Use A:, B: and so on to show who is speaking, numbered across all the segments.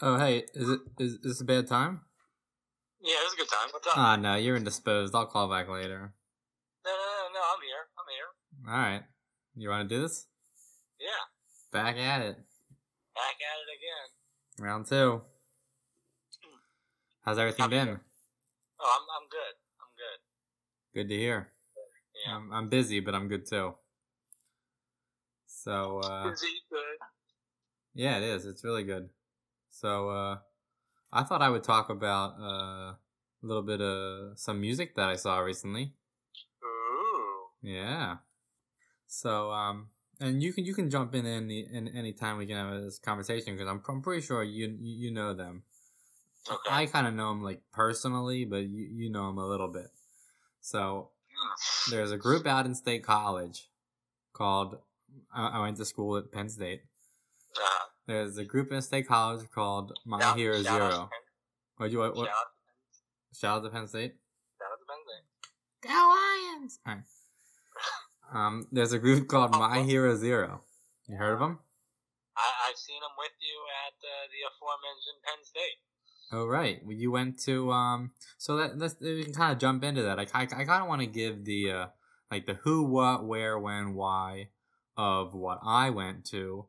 A: Oh hey, is it is, is this a bad time?
B: Yeah, it was a good time. What's up?
A: Ah no, you're indisposed. I'll call back later.
B: no, no, no, no, I'm here. I'm here.
A: All right, you want to do this?
B: Yeah,
A: Back at it,
B: back at it again.
A: round two. How's everything
B: Happy
A: been?
B: Oh, I'm, I'm good. I'm good.
A: Good to hear.
B: Yeah.
A: I'm, I'm busy, but I'm good too. So uh,
B: Busy, good.
A: yeah, it is. It's really good. So uh, I thought I would talk about uh, a little bit of some music that I saw recently.
B: Ooh.
A: Yeah. So um, and you can you can jump in any in any time we can have this conversation because I'm, I'm pretty sure you you you know them.
B: Okay.
A: I kind of know them like personally, but you you know them a little bit. So
B: Mm.
A: there's a group out in State College called I, I went to school at Penn State.
B: Uh,
A: There's a group in State College called My
B: shout-
A: Hero
B: shout
A: Zero.
B: out to Penn-
A: What you what, what
B: Shout out
A: shout out to
B: to Penn-
A: Penn State?
B: shout out to Penn State.
A: Go Lions! Alright. Um, there's a group called My Hero Zero. You heard of them?
B: I, I've seen him with you at uh, the aforementioned Penn State.
A: Oh right, well, you went to um. So that let's we can kind of jump into that. I I, kind of want to give the uh like the who, what, where, when, why of what I went to,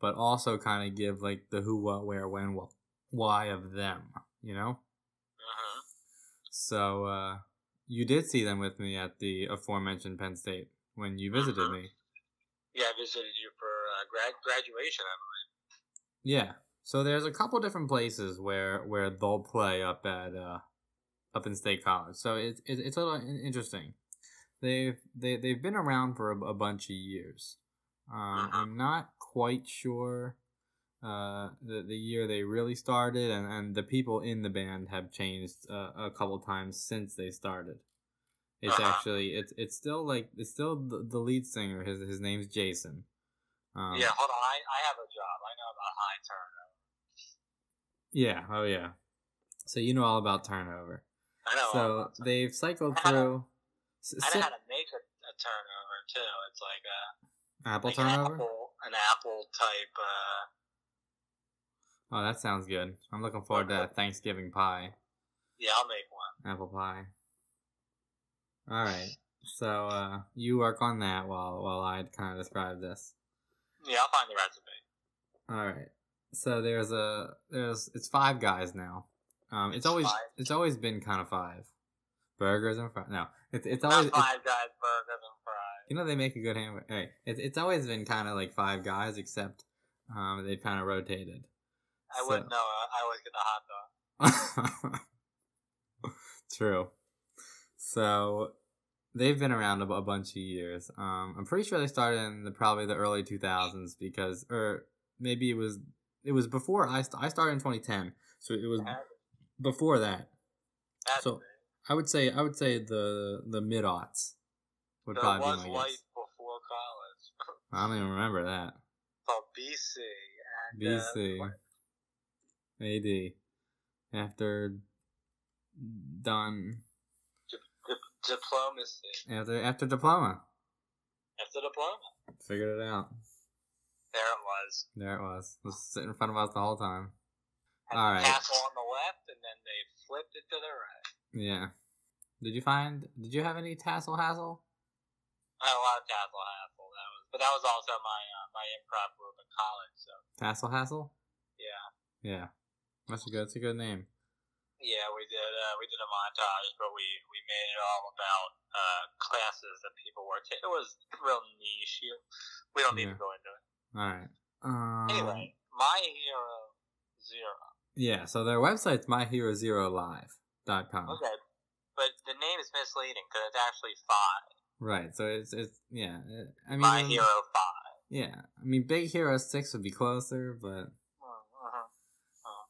A: but also kind of give like the who, what, where, when, wh- why of them. You know.
B: Uh-huh.
A: So uh, you did see them with me at the aforementioned Penn State when you visited me.
B: Yeah, I visited you for uh, grad graduation. I believe.
A: Yeah. So there's a couple different places where where they'll play up at uh up in State College. So it's it's it's a little in- interesting. They've they they've been around for a, a bunch of years. Um,
B: Mm-hmm.
A: I'm not quite sure uh the, the year they really started and, and the people in the band have changed uh, a couple times since they started. It's
B: Uh-huh.
A: actually it's it's still like it's still the, the lead singer his his name's Jason. Um,
B: yeah, hold on. I, I have a job. I know about high turnover.
A: Yeah. Oh, yeah. So you know all about turnover.
B: I know. all
A: So
B: about
A: they've cycled
B: I had a-
A: through s-
B: I
A: si-
B: know how to make a, a turnover too. It's like uh, a
A: apple
B: like an
A: turnover.
B: apple, an apple type. Uh,
A: Oh, that sounds good. I'm looking forward to that Thanksgiving pie,
B: yeah, I'll make one.
A: apple pie. All right. So uh, you work on that while while I kind of describe this.
B: Yeah, I'll find the recipe.
A: All right. So there's a there's it's five guys now. Um, it's always
B: Five.
A: it's always been kind of five burgers and fries. No, it's it's
B: Not
A: always it's,
B: five guys burgers and fries.
A: You know they make a good hamburger. Hey, it's it's always been kind of like five guys, except um, they've kind of rotated.
B: I wouldn't know. I, I always get the hot dog.
A: True. So they've been around a, bu- a bunch of years. Um, I'm pretty sure they started in the probably the early 2000s because, or maybe it was it was before I st- I started in 2010, so it was
B: That-
A: before that.
B: That's
A: So, I would say I would say the the mid aughts would
B: there
A: probably
B: was
A: be my guess.
B: life before college.
A: I don't even remember that.
B: Called BC and
A: BC.
B: Uh,
A: AD. After done
B: diplomacy.
A: after after diploma.
B: After diploma,
A: Figured it out.
B: there it was.
A: There it was. It was sitting in front of us the whole time.
B: Had
A: All
B: the
A: right.
B: castle on the left, and then they flipped it to the right.
A: Yeah. Did you find did you have any tassel hassle?
B: I had a lot of castle hassle. That was, but that was also my uh, my improv group in college. So
A: Tassel hassle?
B: yeah.
A: Yeah. That's a good that's a good name.
B: Yeah, we did. Uh, we did a montage, but we we made it all about uh, classes that people were taking. It was real niche. You, we don't need
A: Yeah.
B: to go into it.
A: Alright. Um,
B: Anyway, my hero zero.
A: Yeah, so their website's myherozerolive.com.
B: Okay, but the name is misleading because it's actually five.
A: Right. So it's it's yeah. I mean
B: my hero five.
A: Yeah. I mean Big Hero 6 would be closer, but
B: Uh-huh.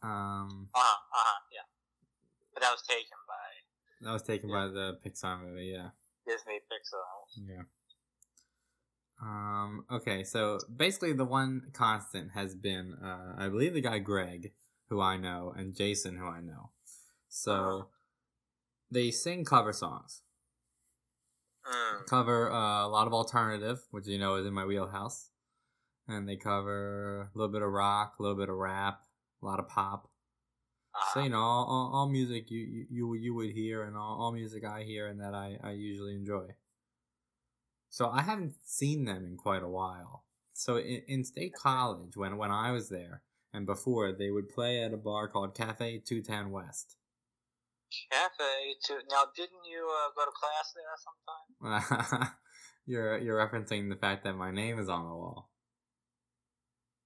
A: um
B: Uh-huh. Uh-huh. Yeah, but that was taken by
A: That was taken
B: Yeah.
A: by the Pixar movie, yeah.
B: Disney Pixar.
A: Yeah. Um, okay, so basically the one constant has been uh I believe the guy Greg, who I know, and Jason who I know.
B: Uh-huh.
A: So they sing cover songs.
B: Mm.
A: Cover uh, a lot of alternative, which you know is in my wheelhouse. And they cover a little bit of rock, a little bit of rap, a lot of pop.
B: Uh,
A: So you know, all, all, all music you, you you would- you would hear, and all, all music I hear, and that I I usually enjoy. So I haven't seen them in quite a while. So in, in State College, when when I was there and before, they would play at a bar called Cafe Two Ten West.
B: Cafe too. Now, didn't you uh, go to class there sometime?
A: you're you're referencing the fact that my name is on the wall.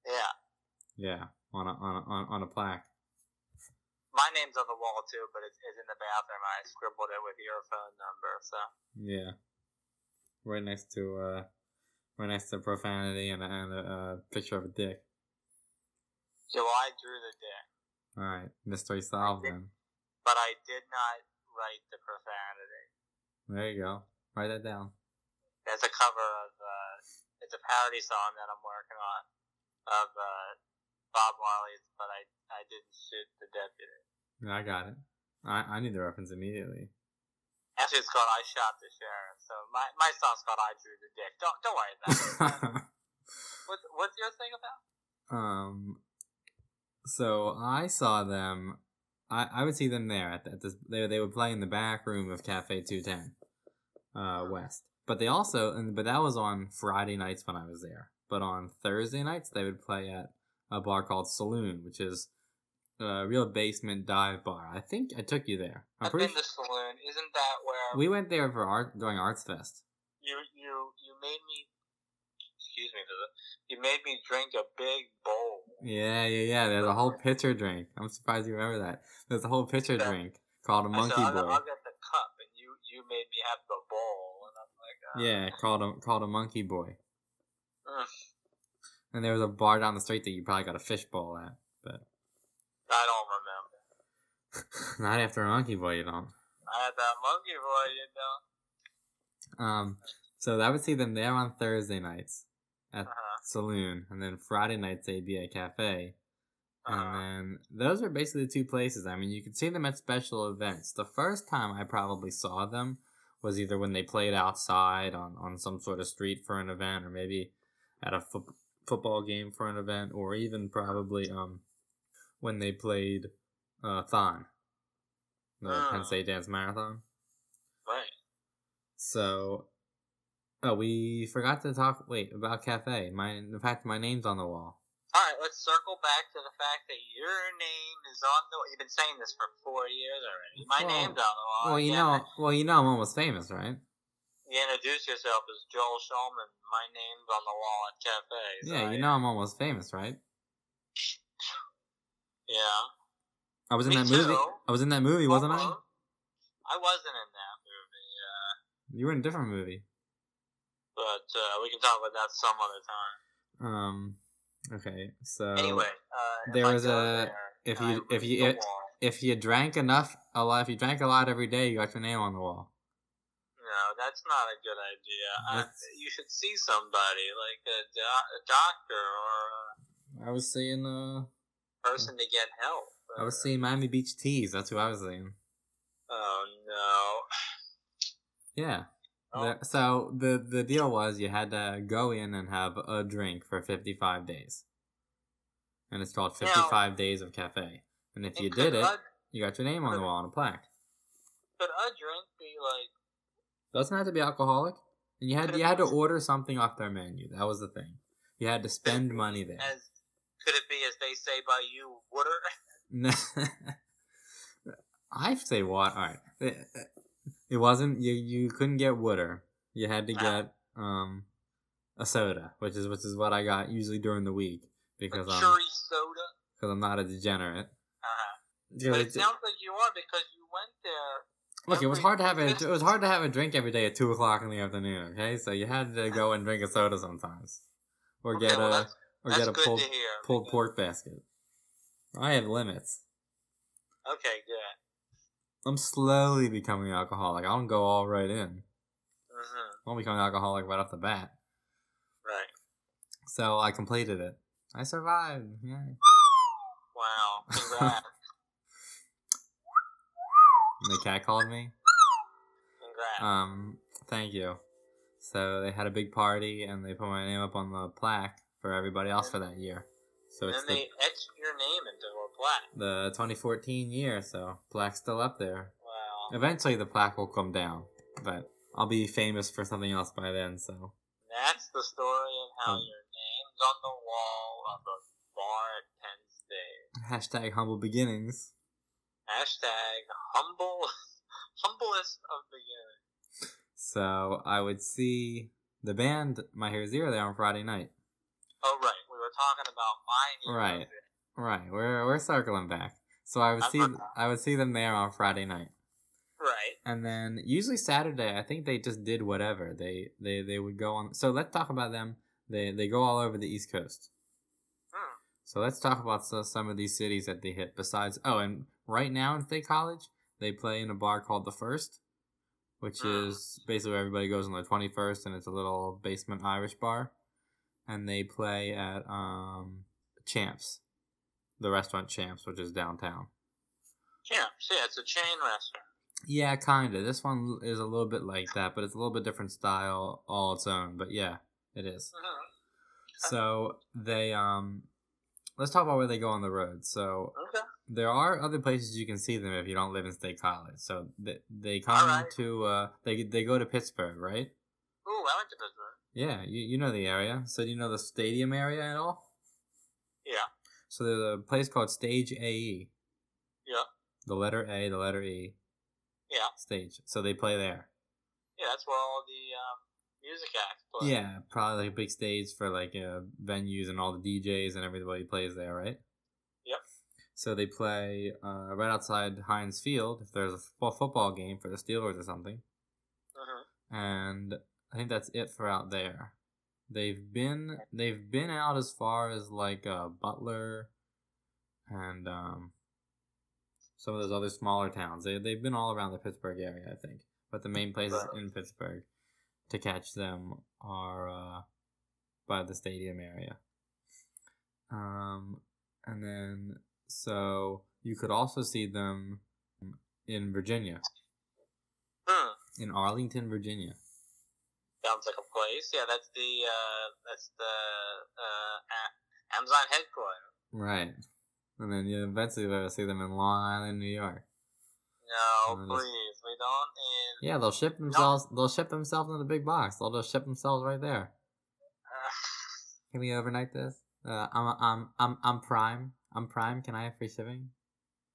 B: Yeah,
A: Yeah, on a on a, on- on a plaque.
B: my name's on the wall too, but it's, it's in the bathroom. I scribbled it with your phone number. So
A: Yeah, right next to uh, right next to profanity and, a- and a, a picture of a dick.
B: yeah, well, I drew the dick,
A: All right, mystery solved then.
B: but I did not write the profanity.
A: There you go. Write that down.
B: That's a cover of uh, it's a parody song that I'm working on of uh, Bob Marley's, but I I didn't shoot the deputy.
A: Yeah, I got it. I, I need the reference immediately.
B: Actually, it's called I shot the sheriff. So my my song's called I drew the dick. Don't don't worry about it. What's what's your thing about?
A: um, so I saw them. I, I would see them there at, the, at this. They they would play in the back room of Cafe Two Ten, uh, West. But they also and but that was on Friday nights when I was there. But on Thursday nights they would play at a bar called Saloon, which is a real basement dive bar. I think I took you there. I'm
B: I've
A: pretty.
B: been to Saloon. Isn't that where
A: we went there for art during Arts Fest.
B: you you you made me? Excuse me for the. You made me drink a big bowl.
A: Yeah, yeah, yeah. There's a whole pitcher drink. I'm surprised you remember that. There's a whole pitcher
B: Yeah.
A: drink called a monkey
B: I said, I'll,
A: boy.
B: I'll get the cup, and you you made me have the bowl, and I'm like, uh,
A: Yeah, called a called a monkey boy.
B: Ugh.
A: And there was a bar down the street that you probably got a fish bowl at.
B: I don't remember.
A: Not after a monkey boy, you don't.
B: I had that monkey boy, you know.
A: Um, so I would see them there on Thursday nights at
B: Uh-huh.
A: saloon, and then Friday nights they'd be at cafe. Oh,
B: Uh-huh.
A: And then Um, those are basically the two places. I mean, you could see them at special events. The first time I probably saw them was either when they played outside on, on some sort of street for an event, or maybe at a fo- football game for an event, or even probably um when they played uh, Thon, the Penn
B: Ah.
A: State Dance Marathon.
B: Right.
A: So, oh, we forgot to talk. Wait, about cafe. My, in fact, my name's on the wall.
B: All right, let's circle back to the fact that your name is on the. You've been saying this for four years already. My
A: Well-
B: name's on the wall.
A: well, you
B: Yeah,
A: know, well, you know, I'm almost famous, right?
B: You introduce yourself as Joel Shulman. My name's on the wall at Cafe. so
A: yeah,
B: I-
A: you know, I'm almost famous, right?
B: Yeah.
A: I was in
B: Me
A: that
B: too. Uh-huh.
A: movie. I was in that movie, wasn't I?
B: Almost. I wasn't in that movie, uh,
A: You were in a different movie.
B: but uh, we can talk about that some other time.
A: Um. Okay. So
B: anyway, uh, if
A: Um, there
B: I
A: was
B: go
A: a-
B: there,
A: if
B: I
A: you- if
B: read
A: you-
B: the
A: it-
B: wall.
A: if you drank enough, a lot. If you drank a lot every day, you got your name on the wall.
B: no, that's not a good idea. I,
A: That's-
B: you should see somebody like a, do- a doctor or a
A: I was seeing. Uh,
B: person to get help.
A: I was seeing Miami Beach Teas. That's who I was seeing.
B: Oh no.
A: Yeah.
B: Oh,
A: The- so the the deal was you had to go in and have a drink for 55 days. And it's called
B: Now-
A: 55 Days of Cafe. And if
B: and
A: you
B: could
A: did it,
B: A,
A: you got your name on the
B: could-
A: wall on a plaque.
B: could a drink be like?
A: Doesn't have to be alcoholic. And you had
B: Could
A: you
B: it
A: had to
B: be-
A: order something off their menu. That was the thing. You had to spend money there.
B: As could it be as they say by you, water?
A: No. I say what? All right. It, it wasn't you. You couldn't get water. You had to
B: Ah.
A: get um a soda, which is which is what I got usually during the week because um, I'm
B: Churi soda.
A: because I'm not a degenerate.
B: Uh-huh.
A: Because
B: But
A: it-
B: it sounds like you are because you went there.
A: look, it was
B: every-
A: hard to have a, it was hard to have a drink every day at two o'clock in the afternoon. Okay, so you had to go and drink a soda sometimes, or
B: Okay,
A: get
B: well,
A: a
B: that's-
A: or
B: That's
A: get a
B: good
A: pulled
B: to hear.
A: pulled
B: because-
A: pork basket. I have limits.
B: Okay, good.
A: I'm slowly becoming alcoholic. I don't go all right in.
B: hmm
A: I'll become an alcoholic right off the bat.
B: Right.
A: So I completed it. I survived. Yeah.
B: Wow. Congrats.
A: And the cat called me.
B: Congrats.
A: Um, thank you. So they had a big party and they put my name up on the plaque for everybody else for that year. So
B: and
A: it's
B: then
A: the,
B: they etched your name into a plaque.
A: the 2014 year, so plaque's still up there.
B: Wow.
A: Eventually, the plaque will come down, but I'll be famous for something else by then. So
B: That's the story of how
A: Hmm.
B: your name's on the wall of a bar at Penn State.
A: hashtag humble beginnings.
B: Hashtag humble, humblest of beginners.
A: So I would see the band My Hero Zero there on Friday night.
B: Oh right, we were talking about my hero.
A: Right. Right, we're we're circling back. So I would see I would see them there on Friday night.
B: Right.
A: and then usually Saturday, I think they just did whatever they they they would go on. So let's talk about them. They they go all over the East Coast.
B: Hmm.
A: So let's talk about so, some of these cities that they hit. Besides, oh, and right now in State College, they play in a bar called the First, which
B: Hmm.
A: is basically where everybody goes on the twenty first, and it's a little basement Irish bar, and they play at um Champs, the restaurant Champs, which is downtown.
B: Champs. Yeah, it's a chain restaurant.
A: Yeah, kind of. This one is a little bit like that, but it's a little bit different style all its own. But yeah, it is.
B: Mhm.
A: So they um, let's talk about where they go on the road. So
B: Okay.
A: there are other places you can see them if you don't live in State College. So they they come
B: Alright.
A: to uh, they they go to Pittsburgh, right?
B: Ooh, I went to Pittsburgh.
A: Yeah, you you know the area. So do you know the stadium area at all?
B: Yeah.
A: So there's a place called Stage AE.
B: Yeah.
A: The letter A, the letter E.
B: Yeah.
A: Stage. So they play there.
B: Yeah, that's where all the um, music acts play.
A: Yeah, probably like a big stage for like uh, venues and all the DJs and everybody plays there, right?
B: Yep.
A: So they play uh, right outside Heinz Field if there's a fo- football game for the Steelers or something,
B: Mhm.
A: and I think that's it for out there. They've been they've been out as far as like uh, Butler, and um, some of those other smaller towns. They they've been all around the Pittsburgh area, I think. But the main places
B: Right.
A: in Pittsburgh to catch them are uh, by the stadium area. Um, and then so you could also see them in Virginia,
B: Hmm.
A: in Arlington, Virginia.
B: Sounds like a place. Yeah, that's the uh, that's the uh, A- Amazon headquarters.
A: Right. And then you eventually will see them in Long Island, New York.
B: No,
A: Mm.
B: please, we don't need
A: Yeah, they'll ship themselves. They'll ship themselves in the big box. They'll just ship themselves right there.
B: Uh,
A: Can we overnight this? Uh, I'm I'm I'm I'm Prime. I'm Prime. Can I have free shipping?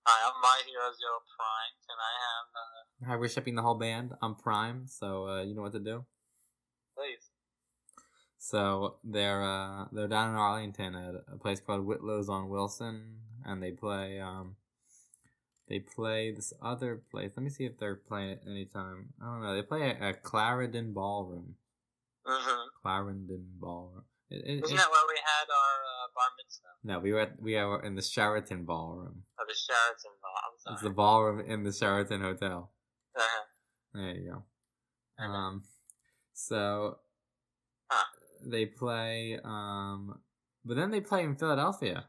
B: hi, I'm My Hero Zero Prime. Can I have, uh,
A: Hi, we're shipping the whole band. I'm Prime, so uh, you know what to do.
B: please?
A: So they're uh, they're down in Arlington at a place called Whitlow's on Wilson, and they play um, they play this other place. Let me see if they're playing it anytime. I don't know. They play at, at Clarendon Ballroom.
B: Mm-hmm.
A: Clarendon Ballroom. It, it,
B: Isn't
A: it-
B: that where we had our uh, bar mitzvah?
A: no, we were at, we are in the Sheraton Ballroom.
B: Or the Sheraton bar? I'm
A: It's the
B: sorry.
A: ballroom in the Sheraton Hotel.
B: Uh-huh.
A: There you go.
B: Okay.
A: Um, so
B: Huh.
A: they play, um, but then they play in Philadelphia.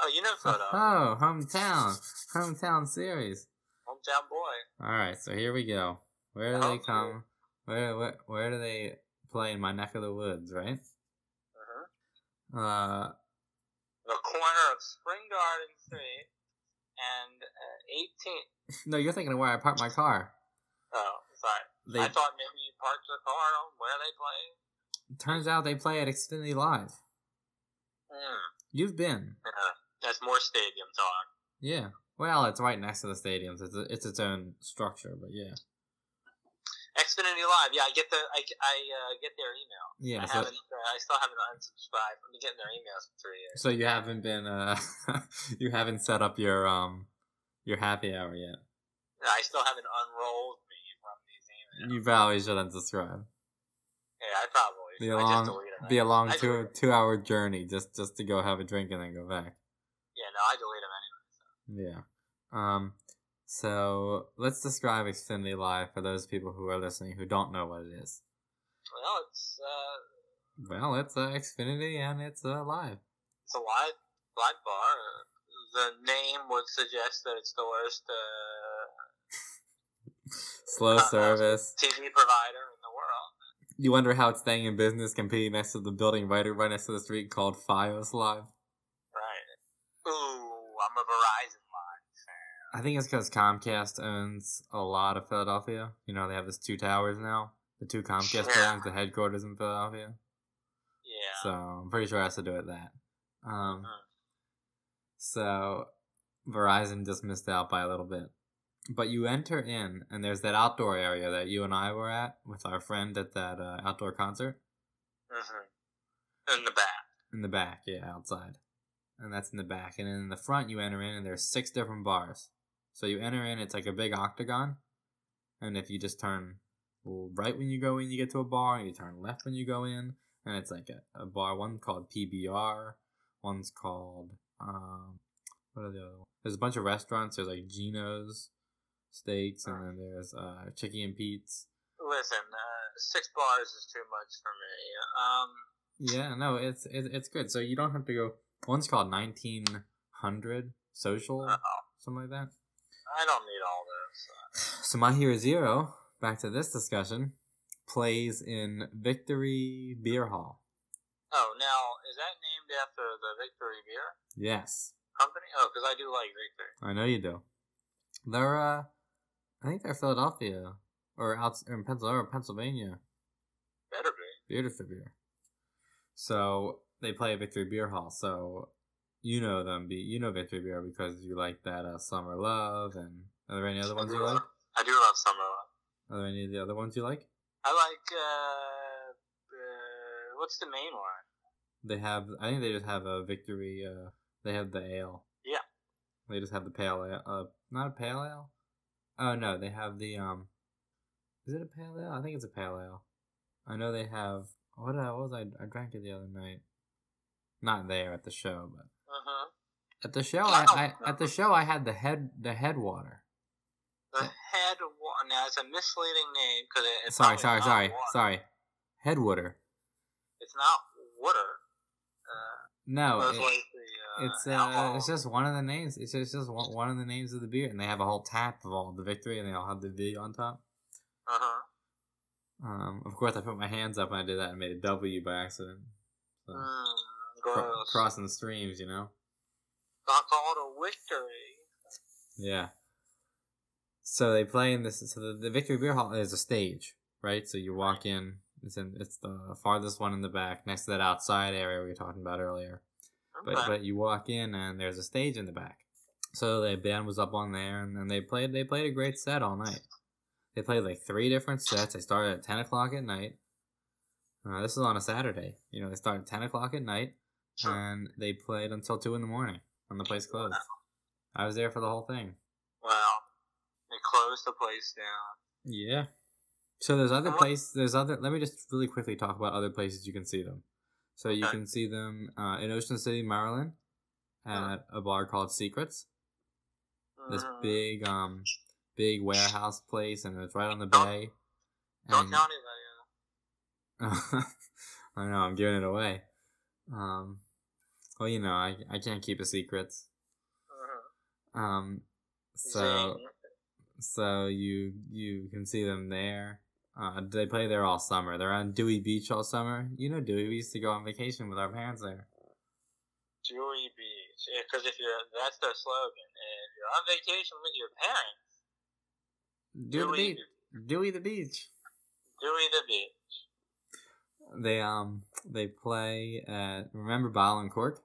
B: Oh, you know Philadelphia.
A: Oh, hometown, hometown series.
B: Hometown boy.
A: All right, so here we go. Where do they
B: Okay.
A: come? Where where where do they play in my neck of the woods? Right.
B: Mm-hmm.
A: Uh,
B: The corner of Spring Garden Street and uh, 18th.
A: no, you're thinking of where I parked my car.
B: Oh, sorry.
A: They
B: I thought maybe you parked your car on where they play.
A: turns out they play at Xfinity Live.
B: Mm.
A: You've been,
B: Yeah. That's more stadium talk.
A: yeah. Well, it's right next to the stadium. So it's a, it's its own structure, but yeah,
B: Xfinity Live. Yeah, I get the I, I uh, get their email.
A: yeah.
B: I
A: So,
B: haven't. Uh, I still haven't unsubscribed. I've been getting their emails for three years.
A: so you haven't been uh, you haven't set up your um your happy hour yet.
B: I still haven't unrolled me from these emails.
A: You probably should unsubscribe.
B: Yeah, I probably.
A: Be
B: I
A: a
B: just
A: long,
B: deleted them.
A: be a long
B: I
A: two two hour journey just just to go have a drink and then go back.
B: yeah, no, I delete them anyway.
A: Yeah. Um. So let's describe Xfinity Live for those people who are listening who don't know what it is.
B: Well, it's uh,
A: Well, it's uh, Xfinity and it's uh, live.
B: it's a live live bar. The name would suggest that it's the worst uh,
A: Slow
B: Uh-huh.
A: service.
B: TV provider in the world.
A: You wonder how it's staying in business competing next to the building right right next to the street called Fios Live.
B: Right. Ooh, I'm a Verizon line fan.
A: I think it's because Comcast owns a lot of Philadelphia. You know, they have this two towers now. The two Comcast
B: Yeah.
A: buildings, the headquarters in Philadelphia.
B: Yeah.
A: So I'm pretty sure it has to do with that. Um,
B: Mm.
A: so Verizon just missed out by a little bit. But you enter in, and there's that outdoor area that you and I were at with our friend at that uh, outdoor concert
B: hmm In the back.
A: in the back. Yeah, outside. And that's in the back. And then in the front, you enter in, and there's six different bars. So you enter in, it's like a big octagon. And if you just turn right when you go in, you get to a bar. And you turn left when you go in, and it's like a, a bar. One called PBR. One's called um, what are the other ones? There's a bunch of restaurants. There's like Gino's Steaks, and then there's uh, Chicky and Pete's.
B: Listen, uh, six bars is too much for me. Um,
A: Yeah, no, it's it, it's good. So you don't have to go. One's called 1900 Social,
B: Uh,
A: something like that.
B: I don't need all this.
A: So My Hero Zero, back to this discussion, plays in Victory Beer Hall.
B: Oh, now is that named after the Victory Beer
A: Yes,
B: Company? Oh, because I do like Victory.
A: I know you do. They're, uh, I think they're Philadelphia or out or in Pennsylvania, or Pennsylvania
B: Better be.
A: beer distributor. So they play at Victory Beer Hall. So you know them, be you know Victory Beer because you like that uh, Summer Love and are there any other ones you like?
B: I do love Summer Love.
A: Are there any of the other ones you like?
B: I like uh, uh what's the main one?
A: They have, I think they just have a Victory. Uh, they have the ale.
B: Yeah.
A: They just have the pale ale. Uh, not a pale ale. Oh no, they have the um. Is it a pale ale? I think it's a pale ale. I know they have. What, did I, what was I? I drank it the other night. Not there at the show, but
B: Uh-huh.
A: At the show, I, I at the show I had the head the head water.
B: The head one. Now it's a misleading name because it, it's
A: Sorry, sorry,
B: probably
A: sorry,
B: not water.
A: sorry. Head water.
B: It's not water. Uh,
A: No,
B: most
A: Oh, it-
B: likely, uh,
A: it's uh,
B: alcohol.
A: it's just one of the names. It's just, it's just one, one of the names of the beer, and they have a whole tap of all the victory, and they all have the V on top.
B: uh-huh.
A: Um, of course, I put my hands up when I did that and made a W by accident. So,
B: Mm,
A: cro-
B: gross.
A: crossing streams, you know.
B: not called a victory.
A: Yeah. So they play in this. So the, the Victory Beer Hall is a stage, right? So you walk in. It's in. It's the farthest one in the back, next to that outside area we were talking about earlier. But
B: Okay.
A: but you walk in and there's a stage in the back. So the band was up on there and, and they played. They played a great set all night. They played like three different sets. They started at ten o'clock at night. Uh, this is on a Saturday. You know, they started at ten o'clock at night
B: Sure.
A: and they played until two in the morning when the place closed. I was there for the whole thing.
B: Well, they closed the place down.
A: Yeah. So there's other
B: Uh-huh.
A: places. There's other. Let me just really quickly talk about other places you can see them. So you
B: Okay.
A: can see them uh, in Ocean City, Maryland,
B: Uh-huh.
A: at a bar called Secrets. This
B: Mm.
A: big, um, big warehouse place, and it's right on the
B: Don't-
A: bay.
B: Don't
A: And-
B: tell anybody. uh,
A: I know I'm giving it away. Um, well, you know, I I can't keep a secret.
B: mhm.
A: Um, so.
B: Zing.
A: so you you can see them there. Uh, they play there all summer. They're on Dewey Beach all summer. You know Dewey. We used to go on vacation with our parents there.
B: Dewey Beach. Because if you're, that's their slogan. If you're on vacation with your parents,
A: Dewey, the
B: Dewey,
A: Beach. Dewey the Beach.
B: Dewey the Beach.
A: They um they play at remember Bottle and Cork,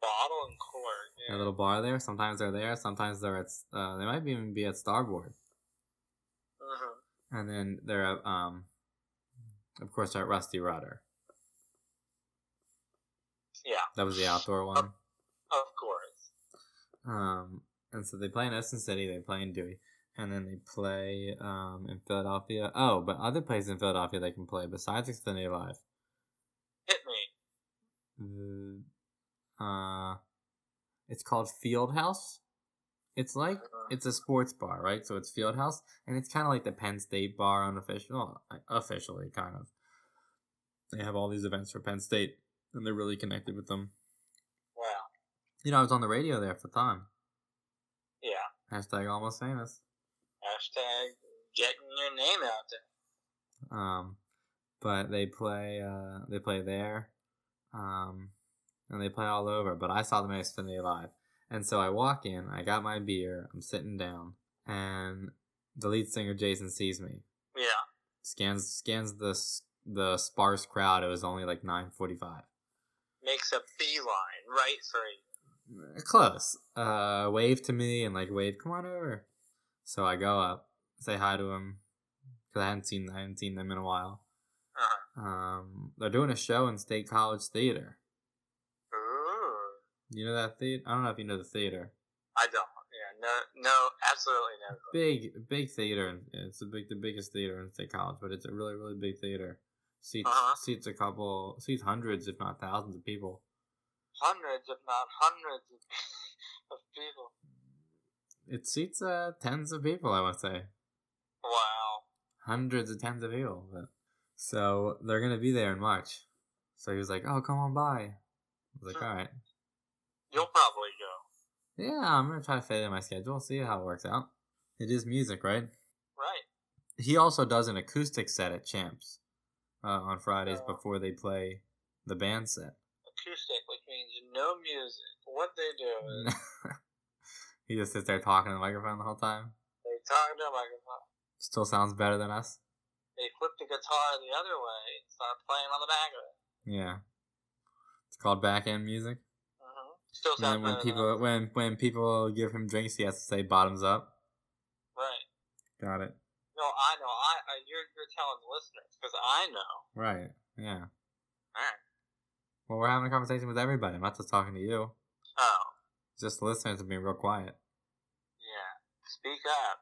B: Bottle and cork.
A: a
B: Yeah.
A: little bar there. Sometimes they're there. Sometimes they're at uh, they might even be at Starboard.
B: Mhm.
A: And then they're at, um of course they're at Rusty Rudder.
B: Yeah,
A: That was the outdoor one.
B: of course.
A: Um, and so they play in Essen City, they play in Dewey, and then they play um, in Philadelphia. Oh, but other places in Philadelphia they can play besides Xfinity Live.
B: Hit me.
A: The, uh, it's called Field House. It's like
B: Mhm.
A: it's a sports bar, right? So it's Field House, and it's kind of like the Penn State bar, unofficial, well, uh, officially kind of. They have all these events for Penn State, and they're really connected with them.
B: Wow.
A: You know, I was on the radio there for time.
B: Yeah.
A: Hashtag almost famous.
B: Hashtag getting your name out there.
A: Um, but they play uh, they play there, um, and they play all over. But I saw them at Xfinity Live, And so I walk in, I got my beer, I'm sitting down, and the lead singer Jason sees me,
B: Yeah.
A: scans scans the s- the sparse crowd. It was only like nine forty five.
B: Makes a beeline right for you.
A: Eh, Close. Uh, wave to me and like wave, come on over. So I go up, say hi to him, because I hadn't seen I hadn't seen them in a while.
B: Uh-huh.
A: Um, they're doing a show in State College Theater.
B: Ooh.
A: You know that theater? I don't know if you know the theater.
B: I don't. Yeah. No. No. Absolutely no.
A: Big, big theater. It's the big, the biggest theater in State College, but it's a really, really big theater. Seats
B: Uh-huh.
A: seats a couple seats hundreds, if not thousands of people.
B: Hundreds, if not hundreds, of, of people.
A: It seats uh, tens of people, I would say.
B: Wow.
A: hundreds of tens of people. But, so they're gonna be there in March. So he was like, "Oh, come on by." I was like,
B: Sure.
A: "All right,
B: You'll probably go.
A: yeah, I'm gonna try to fit it in my schedule. See how it works out. It is music, right?"
B: Right.
A: He also does an acoustic set at Champs uh, on Fridays
B: Oh.
A: before they play the band set.
B: Acoustic, which means no music. What they do is
A: he just sits there talking to the microphone the whole time.
B: they talk to a microphone.
A: Still sounds better than us.
B: They flip the guitar the other way and start playing on the back of it.
A: Yeah, it's called back end music.
B: hmm Still
A: And then
B: sounds
A: when
B: better than
A: people when when people give him drinks, he has to say bottoms up.
B: us. Right.
A: Got it.
B: No, I know. I, I you're you're telling the listeners because I know.
A: Right. Yeah.
B: Alright.
A: Well, we're having a conversation with everybody. I'm not just talking to you.
B: Oh
A: Just the listeners have been real quiet.
B: yeah. Speak up.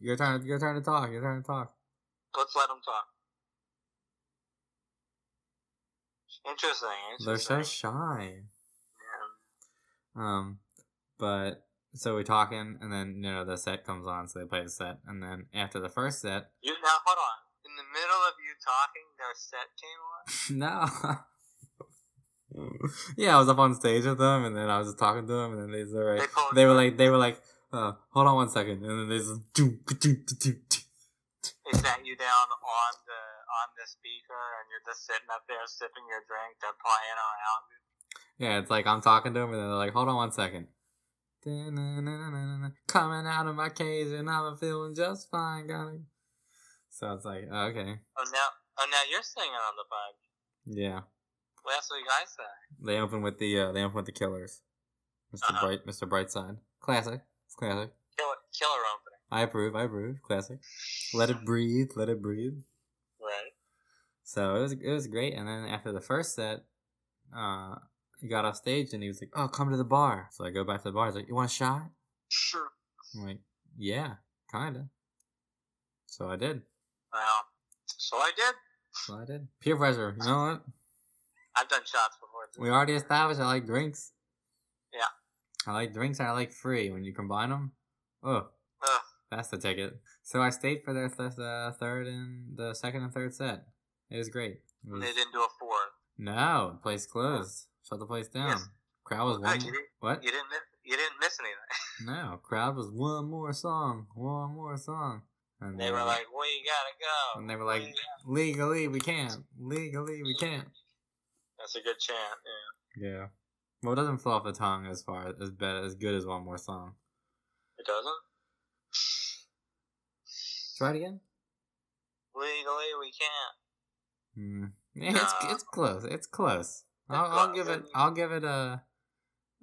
A: Your turn. Your turn to talk. Your turn to talk.
B: Let's let them talk. Interesting.
A: They're so
B: interesting.
A: shy.
B: Yeah.
A: Um, but so we're talking, and then you know the set comes on, so they play the set, and then after the first set,
B: You now hold on. In the middle of you talking, their set came on.
A: no. yeah, I was up on stage with them, and then I was just talking to them, and then they just were
B: They
A: like,
B: called
A: they were like, they were like, uh, hold on one second, and then they just do, do, do, do, do.
B: They sat you down on the on the speaker, and you're just sitting up there sipping your drink. They're playing around.
A: Yeah, it's like I'm talking to them, and they're like, "Hold on one second. Coming out of my cage, and I'm feeling just fine, got it. So it's like, oh, okay,
B: Oh now, oh now you're singing on the bug.
A: yeah.
B: Last week I sang.
A: They open with the uh, they open with the Killers, mister
B: Uh-huh.
A: Bright, Mister Brightside, classic, it's classic.
B: Killer, killer opening.
A: I approve, I approve, classic. Let it breathe, let it breathe.
B: Right.
A: So it was it was great. And then after the first set, uh, he got off stage and he was like, "Oh, come to the bar." So I go back to the bar. He's like, "You want a shot?"
B: Sure.
A: I'm like, yeah, kinda. So I did.
B: Well, so I did.
A: So I did. Peer pressure. You know what?
B: I've done shots before.
A: We already established I like drinks.
B: Yeah.
A: I like drinks and I like free. When you combine them, oh,
B: Ugh.
A: that's the ticket. So I stayed for their th- the third and the second and third set. It was great. It was-
B: They didn't do a fourth.
A: no, place closed. Shut the place down.
B: Yes.
A: Crowd was
B: Well,
A: one.
B: good, you didn't-
A: What?
B: You didn't miss. You didn't miss anything.
A: No, crowd was one more song. One more song. And
B: They were like, "We gotta go."
A: and they were
B: We
A: like,
B: gotta-"
A: legally we can't. Legally we can't.
B: "That's a good chant." Yeah.
A: Yeah. Well, it doesn't flow off the tongue as far as bad as good as one more song.
B: It doesn't.
A: Try it again.
B: Legally, we can't.
A: Hmm. Yeah, it's
B: No.
A: it's close. It's close. I'll, I'll
B: close.
A: give it. I'll give it a.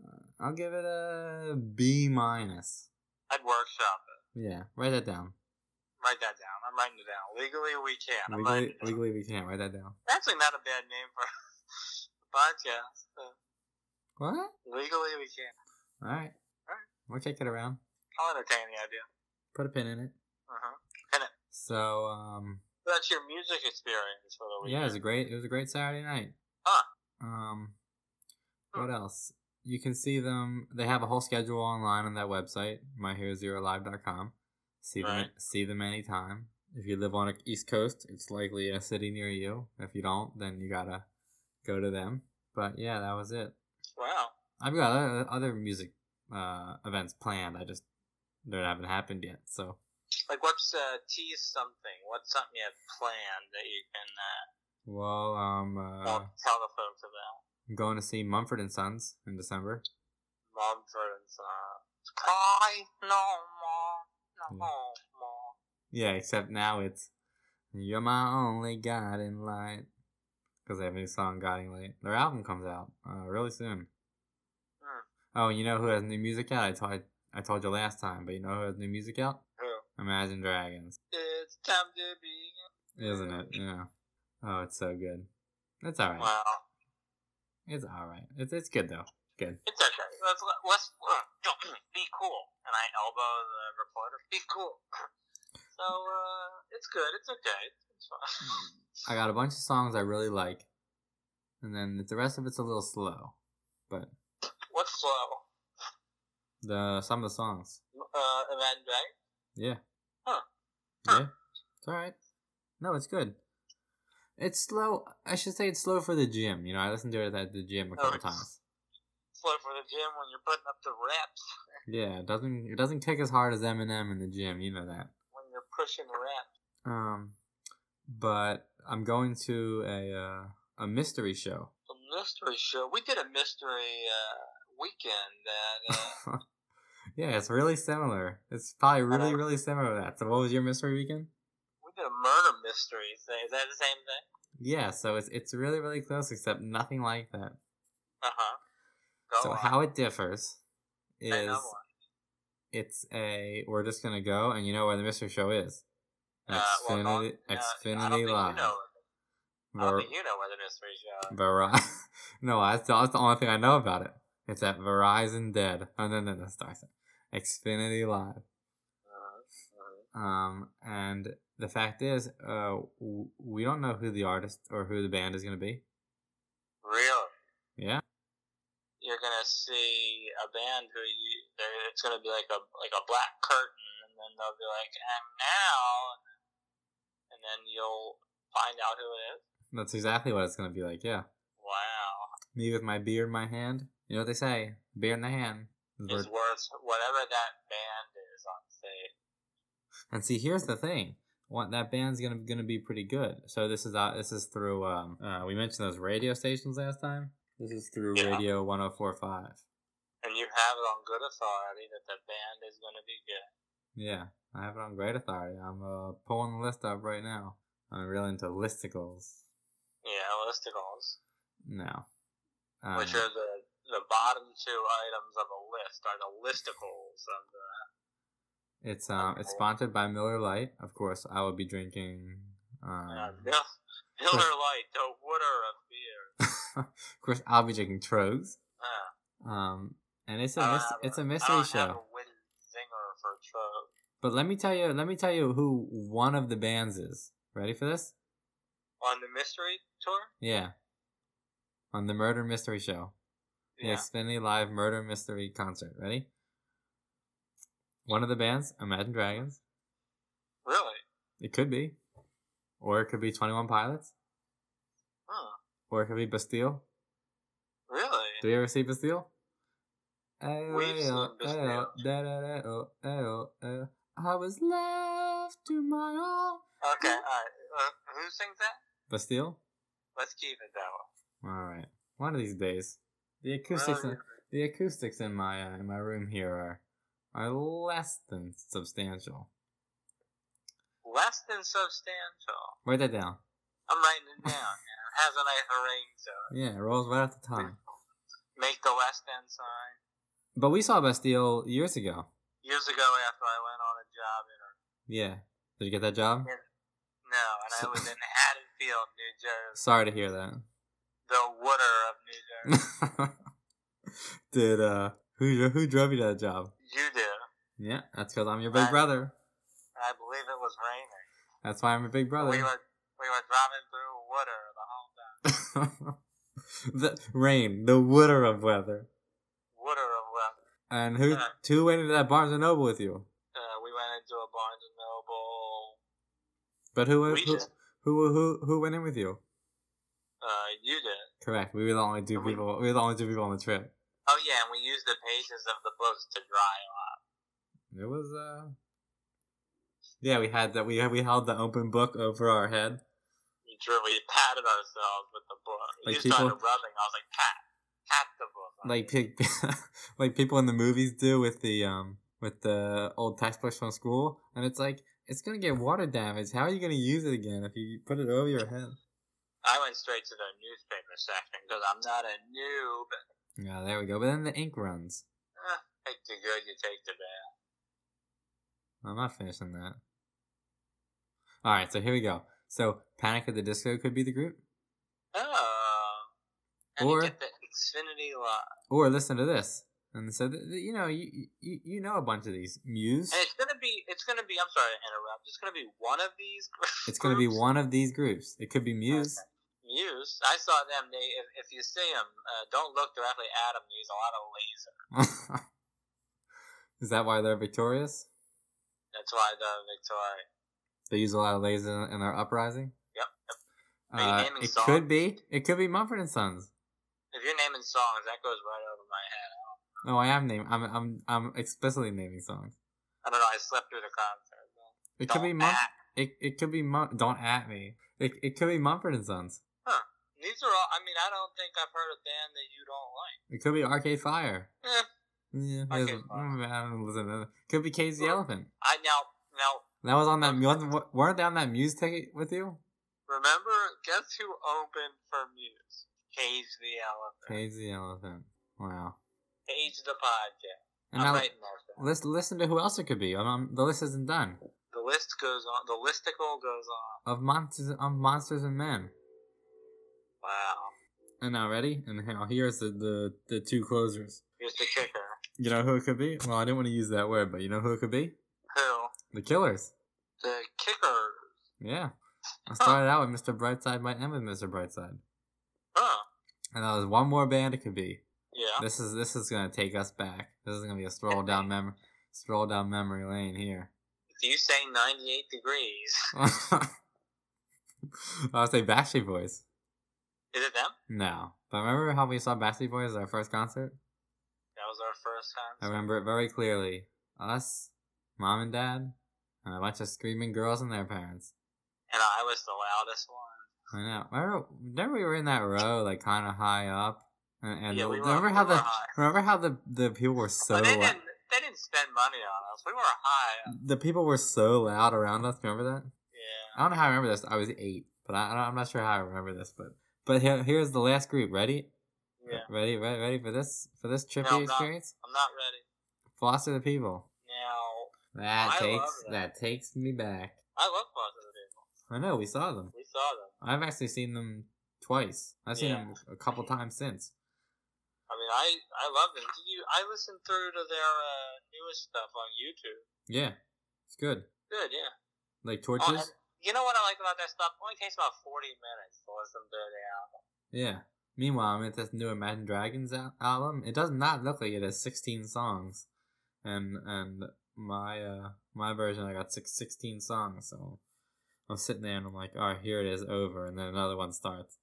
A: uh, I'll give it a B minus.
B: I'd workshop it.
A: Yeah, write that down.
B: Write that down. I'm writing it down. Legally, we can't. I'm
A: Legally,
B: writing it down.
A: legally we can't write that down.
B: Actually, not a bad name for a podcast. Uh,
A: What? All
B: legally, we can't.
A: right. We'll kick it around.
B: I'll entertain the idea.
A: Put a pin in it.
B: Uh-huh.
A: So um,
B: That's your music experience for the
A: yeah, it
B: weekend.
A: was a great. It was a great Saturday night.
B: Oh, Huh.
A: Um, what else? You can see them. They have a whole schedule online on that website, myherozerolive.com. See them.
B: Right.
A: See them anytime. If you live on the East Coast, it's likely a city near you. If you don't, then you gotta go to them. But yeah, that was it.
B: Wow.
A: I've got other, other music uh, events planned. I just they haven't happened yet. So
B: Like, what's uh, tease something? What's something you have planned that you can uh,
A: well, um, uh,
B: Oh. tell- tell the folks about?
A: I'm going to see Mumford and Sons in December.
B: Bob Jordan's uh, "Cry No More, No
A: Hmm.
B: More."
A: Yeah, except now it's You're My Only Guiding Light. Because they have a new song, Guiding Light. Their album comes out uh, really soon.
B: Hmm.
A: Oh, you know who has new music out? I told, I told you last time, but you know who has new music out?
B: Who?
A: Imagine Dragons.
B: It's time to be.
A: Isn't it? Yeah. Oh, it's so good. It's alright.
B: Well,
A: It's alright. It's, it's good, though. Good.
B: it's okay. Let's let's uh, be cool. And I elbow the reporter. Be cool. So uh, it's good. It's okay. It's fine.
A: Hmm. I got a bunch of songs I really like, and then the rest of it's a little slow. But
B: What's slow?
A: the some of the songs,
B: Uh, Imagine Dragons.
A: yeah,
B: Huh.
A: yeah, it's all right. No, it's good. It's slow. I should say it's slow for the gym. You know, I listened to it at the gym a couple
B: Oh, it's-
A: times.
B: Slow for the gym when you're putting up the reps.
A: Yeah, it doesn't it doesn't kick as hard as Eminem in the gym. You know that.
B: When you're pushing reps.
A: Um, but I'm going to a uh, a mystery show.
B: The mystery show. We did a mystery uh, weekend, and uh,
A: yeah, it's really similar. It's probably really
B: Uh,
A: really similar to that. So, what was your mystery weekend?
B: we did a murder mystery thing. Is that the same thing?
A: Yeah, so it's it's really really close, except nothing like that.
B: Uh huh. Go
A: so
B: on.
A: how it differs
B: I
A: is
B: know one.
A: it's a we're just gonna go and you know where the mystery show is.
B: Uh, well,
A: Xfinity,
B: no, no, I don't
A: Xfinity
B: think
A: Live.
B: You know, I don't
A: Ver-
B: think you know where the mystery show. is.
A: Veri- no, that's the, that's the only thing I know about it. It's at Verizon Dead. Oh no no no, sorry. sorry. Xfinity Live.
B: Uh-huh. Uh-huh.
A: Um, and the fact is, uh, w- we don't know who the artist or who the band is gonna be.
B: Really?
A: Yeah.
B: You're gonna see a band who you, they're- it's gonna be like a like a black curtain, and then they'll be like, and now, and then you'll find out who it is.
A: That's exactly what it's gonna be like. Yeah.
B: Wow,
A: me with my beer in my hand. You know what they say? Beer in the hand. is
B: it's
A: worth-
B: worth whatever that band is on stage.
A: And see, here's the thing. One, that band's gonna gonna be pretty good. So this is uh, this is through um uh, we mentioned those radio stations last time. This is through
B: Yeah.
A: Radio 104.5.
B: And you have it on good authority that the band is gonna be good.
A: Yeah, I have it on great authority. I'm uh, pulling the list up right now. I'm real into listicles
B: Yeah, listicles.
A: now. Um,
B: which are the the bottom two items of a list are the listicles of the
A: it's um it's sponsored by Miller Lite, of course. I will be drinking.
B: uh,
A: Um,
B: Mil- Miller Lite, the water of beer.
A: of course, I'll be drinking Trogs.
B: Huh.
A: Um, and it's
B: I
A: a
B: don't
A: mis-
B: have
A: it's a
B: I
A: mystery
B: don't have
A: show.
B: a winning singer for Trogue.
A: But let me tell you, let me tell you who one of the bands is. Ready for this?
B: on the mystery tour.
A: Yeah. On the murder mystery show, the
B: Yeah,
A: Xfinity Live murder mystery concert. Ready? One of the bands, Imagine Dragons.
B: really.
A: It could be, or it could be Twenty One Pilots,
B: Huh.
A: or it could be Bastille.
B: Hmm. Really?
A: Do you ever see Bastille?
B: We've seen Bastille.
A: oh, I was left to my own.
B: Okay, alright. Uh, who sings that?
A: Bastille.
B: Let's keep it that way.
A: All right. One of these days, the acoustics,
B: Well,
A: the acoustics in my uh, in my room here are are less than substantial.
B: less than substantial.
A: Write that down.
B: I'm writing it down. yeah. It has a nice ring to it.
A: Yeah, it rolls right off the tongue.
B: Make the less than sign.
A: But we saw Bastille years ago.
B: Years ago, after I went on a job in
A: Yeah. Did you get that job?
B: No, and I
A: So-
B: was in Haddonfield, New Jersey,
A: Sorry to hear that.
B: the water of New Jersey.
A: Did uh, who who drove you to that job?
B: you do.
A: Yeah, that's because I'm your big
B: I-
A: brother.
B: And I believe it was raining.
A: That's why I'm your big brother.
B: We were we were driving through water the whole time.
A: the rain, the water of weather.
B: Water of weather.
A: And who
B: Yeah.
A: who went into that Barnes and Noble with you?
B: Uh, we went into a Barnes and Noble.
A: But who
B: We
A: who,
B: did.
A: who who who went in with you?
B: Uh, you did.
A: Correct. We were the only two
B: We-
A: people. We were the only two people on the trip.
B: Oh yeah, and we used the pages of the books to dry off.
A: It was uh. Yeah, we had that. We we held the open book over our head.
B: We drew. We patted ourselves with the book.
A: Like
B: you started
A: people-
B: rubbing. I was like pat, Captivus.
A: like pe- like people in the movies do with the um with the old textbooks from school, and it's like it's gonna get water damage. How are you gonna use it again if you put it over your head?
B: I went straight to the newspaper section because I'm not a noob.
A: Yeah, there we go. But then the ink runs.
B: Take the good, you take the bad.
A: I'm not finishing that. All right, so here we go. So Panic at the Disco could be the group,
B: Oh. And
A: Or-
B: you get the Xfinity lot.
A: or listen to this. And so th- th- you know you, you you know a bunch of these Muse.
B: And it's gonna be, it's gonna be. I'm sorry to interrupt. It's gonna be one of these. groups.
A: It's gonna be one of these groups. It could be Muse.
B: Muse. I saw them. They, if, if you see them, uh, don't look directly at them. They use a lot of laser.
A: Is that why they're victorious?
B: That's why the Victoria.
A: They use a lot of laser in their uprising.
B: Yep, Are you
A: Uh,
B: naming
A: it
B: songs?
A: could be. It could be Mumford and Sons.
B: If you're naming songs, that goes right over my head.
A: No, Oh, I am naming. I'm I'm I'm explicitly naming songs.
B: I don't know. I slept through the concert. though.
A: It
B: Don't
A: could be Mum.
B: act.
A: It, it could be Mum. Don't at me. It, it could be Mumford and Sons.
B: These are all. I mean, I don't think I've heard a band that you don't like.
A: It could be Arcade Fire.
B: Eh.
A: Yeah,
B: Arcade
A: there's-
B: Fire.
A: I don't listen to that. Could be Cage the
B: Well-
A: Elephant.
B: I now now
A: That was on that.
B: Um,
A: wasn't- Weren't they on that Muse ticket with you?
B: remember. Guess who opened for Muse? Cage the Elephant.
A: Cage the Elephant. Wow.
B: Cage the podcast.
A: And
B: I'm
A: now,
B: writing that down.
A: let's listen to who else it could be. Um, um, the list isn't done.
B: The list goes on. The listicle goes on.
A: Of monsters, of monsters and men.
B: Wow.
A: And now ready? And now here's the, the the two closers.
B: Here's the kicker.
A: You know who it could be? Well, I didn't want to use that word, but you know who it could be?
B: Who?
A: The Killers.
B: The kicker.
A: Yeah. I started out with Mr. Brightside, might end with Mr. Brightside,
B: Huh.
A: and that was one more band it could be.
B: Yeah.
A: This is this is gonna take us back. This is gonna be a stroll down mem stroll down memory lane here.
B: If you say 98 degrees,
A: I'll say Backstreet Boys.
B: is it them?
A: No, but remember how we saw Backstreet Boys at our first concert?
B: That was our first
A: I
B: time.
A: remember it very clearly. Us, mom and dad, and a bunch of screaming girls and their parents.
B: And I was the loudest one.
A: I know. Remember, remember we were in that row, like kind of high up, and, and
B: Yeah, we were-
A: remember
B: we
A: how
B: were
A: the
B: high.
A: remember how the the people were so
B: but they
A: lou-
B: didn't. They didn't spend money on us. We were high.
A: the people were so loud around us. Remember that?
B: Yeah.
A: I don't know how I remember this. I was eight, but I, I don't, I'm not sure how I remember this. But but here, here's the last group. Ready?
B: Yeah.
A: Ready? Ready? Ready for this for this trippy
B: No, I'm not.
A: experience?
B: I'm not ready
A: Foster the people.
B: now.
A: That
B: I love
A: takes
B: that.
A: that takes me back.
B: I love positive people.
A: I know we saw them.
B: We saw them.
A: I've actually seen them twice. I've seen
B: Yeah.
A: them a couple times since.
B: I mean, I I love them. Did you? I listened through to their uh, newest stuff on YouTube.
A: Yeah, it's good.
B: Good. Yeah.
A: Like
B: Oh,
A: torches.
B: and you know what I like about that stuff? It only takes about 40 minutes to listen to the album.
A: yeah. Meanwhile, I'm at this new Imagine Dragons al- album. It does not look like it has 16 songs, and and my uh my version I got six, 16 songs. So I'm sitting there and I'm like, all right, here it is over, and then another one starts.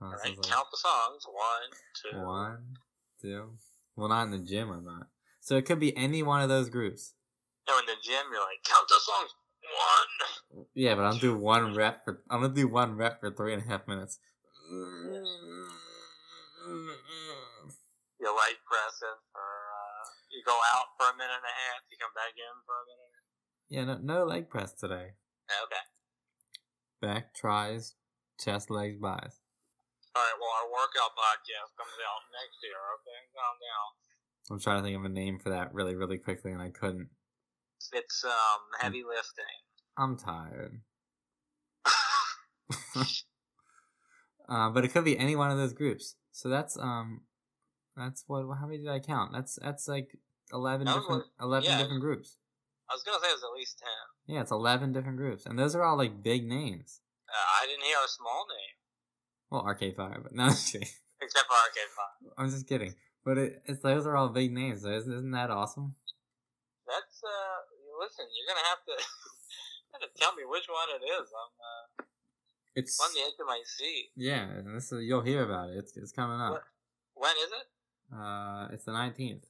A: And I
B: All
A: was
B: right,
A: just like,
B: count the songs. One, two.
A: One, two. Well, not in the gym, I'm not. So it could be any one of those groups.
B: No, in the gym, you're like, count the songs. One.
A: Yeah, but I'll do one rep for. I'm gonna do one rep for three and a half minutes.
B: You leg press it for, uh, you go out for a minute and a half, you come back in for a minute.
A: Yeah, no, no leg press today.
B: Okay.
A: Back tries, chest legs buys.
B: All right, well, our workout podcast comes out next year, okay? Calm down.
A: I'm trying to think of a name for that really, really quickly, and I couldn't.
B: It's, um, heavy lifting.
A: I'm tired. Uh, but it could be any one of those groups. So that's um, that's what. How many did I count? That's that's like eleven
B: That was
A: different eleven
B: yeah.
A: different groups.
B: I was gonna say it's at least 10.
A: Yeah, it's eleven different groups, and those are all like big names.
B: Uh, I didn't hear a small name,
A: Well, Arcade Fire, but no, I'm just kidding.
B: except for Arcade Fire.
A: I'm just kidding. But it, it's those are all big names. so Isn't, isn't that awesome?
B: That's, uh, you- listen, you're gonna have to, you're gonna tell me which one it is. I'm, uh,
A: It's
B: on the edge of my seat.
A: yeah. and This is you'll hear about it. It's, it's coming up.
B: When is it?
A: Uh, it's the nineteenth.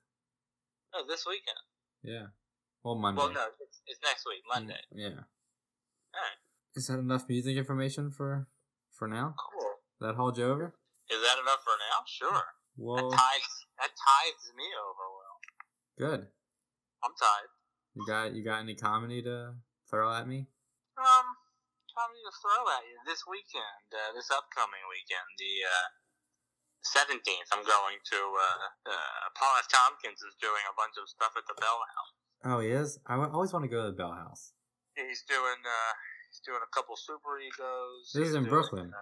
B: No, this weekend.
A: Yeah. Well, Monday. Mm,
B: Well, no, it's, it's next week, Monday.
A: Yeah.
B: Alright.
A: Is that enough music information for for now?
B: Cool.
A: That hold you over?
B: Is that enough for now? Sure. That
A: Well,
B: tides that tides me over. Will
A: good.
B: I'm tied.
A: You got you got any comedy to throw at me?
B: Um, comedy to throw at you this weekend, uh, this upcoming weekend, the uh, seventeenth. I'm going to. Uh, uh, Paul F. Tompkins is doing a bunch of stuff at the Bell House.
A: Oh, he is. I wa- always want to go to the Bell House.
B: He's doing. Uh, he's doing a couple super egos.
A: This is
B: He's
A: in
B: doing,
A: Brooklyn.
B: uh,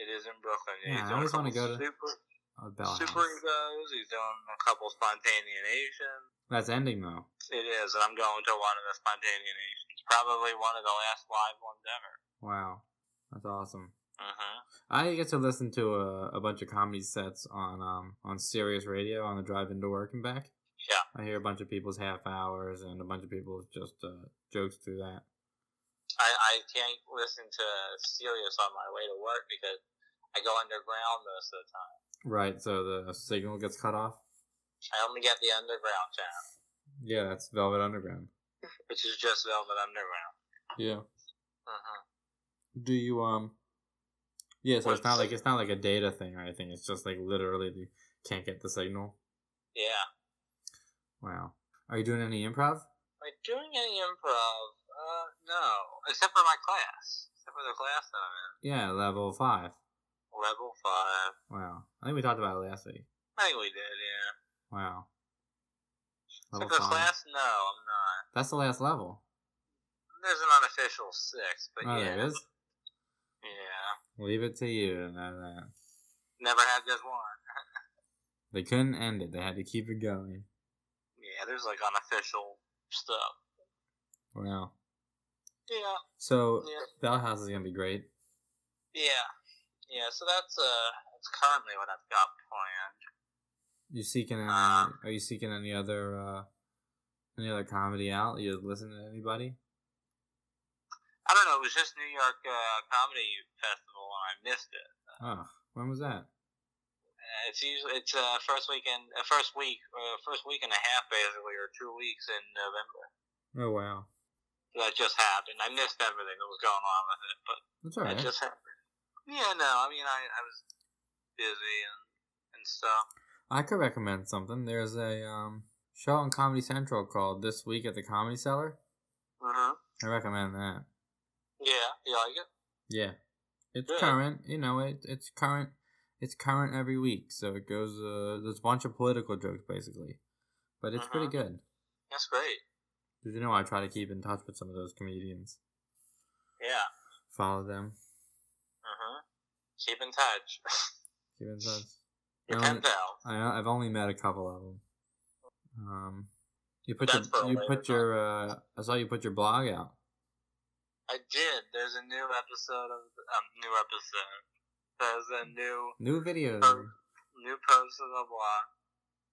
B: it is in Brooklyn.
A: Yeah, I
B: he's doing
A: always
B: a
A: wanna go
B: couple
A: to-
B: super,
A: Oh, Bell
B: super
A: House.
B: egos. He's doing a couple spontaneations.
A: That's ending though.
B: It is, and I'm going to one of the spontaneations. Probably one of the last live ones ever.
A: Wow, that's awesome.
B: Mm-hmm.
A: I get to listen to a, a bunch of comedy sets on um on Sirius Radio on the drive into work and back.
B: Yeah.
A: I hear a bunch of people's half hours and a bunch of people's just uh, jokes through that.
B: I, I can't listen to Sirius on my way to work because I go underground most of the time.
A: Right, so the signal gets cut off.
B: I only get the underground channel,
A: Yeah, that's Velvet Underground.
B: which is just Velvet Underground.
A: Yeah.
B: Mm-hmm.
A: Do you um? Yeah, so
B: What-
A: it's not like it's not like a data thing or anything. It's just like literally you can't get the signal.
B: Yeah.
A: Wow. Are you doing any improv?
B: Am I doing any improv? Uh, no. Except for my class. Except for the class that I'm in.
A: Yeah, level five.
B: Level 5.
A: Wow. I think we talked about it last week.
B: I think we did, yeah.
A: Wow.
B: Except
A: Level
B: for
A: five.
B: class? No, I'm not.
A: That's the last level.
B: There's an unofficial 6, but
A: Oh,
B: yeah.
A: there it is.
B: Yeah.
A: Leave it to you to know that.
B: Never had just one.
A: They couldn't end it. They had to keep it going.
B: Yeah, there's like unofficial stuff.
A: Wow.
B: Yeah,
A: So
B: yeah,
A: Bell House is gonna be great.
B: yeah, yeah. So that's uh, that's currently what I've got planned.
A: You seeking any?
B: Uh.
A: are you seeking any other uh, any other comedy out? You listen to anybody?
B: I don't know. It was just New York uh, Comedy Festival, and I missed it.
A: Oh, when was that?
B: Uh, It's usually it's uh, first weekend, uh, first week, uh, first week and a half basically, or two weeks in November.
A: Oh wow,
B: So that just happened. I missed everything that was going on with it, but
A: that's all
B: it
A: right.
B: just happened. Yeah, no, I mean I I was busy and and stuff.
A: I could recommend something. There's a um, show on Comedy Central called This Week at the Comedy Cellar.
B: Mm-hmm.
A: I recommend that.
B: Yeah, you like it?
A: Yeah, it's
B: Good.
A: current. You know, it it's current. It's current every week, so it goes. Uh, there's a bunch of political jokes basically, but it's pretty
B: Mhm.
A: good.
B: That's great.
A: Did you know I try to keep in touch with some of those comedians,
B: Yeah.
A: follow them,
B: Mm-hmm. Keep in touch.
A: keep in touch.
B: Your
A: Um,
B: pen pal.
A: I I've only met a couple of them. Um, you put
B: That's for
A: your
B: a
A: you
B: later
A: put your uh, I saw you put your blog out.
B: I did. There's a new episode of um, new episode. There's a new
A: New video.
B: Oh. new post of the blog.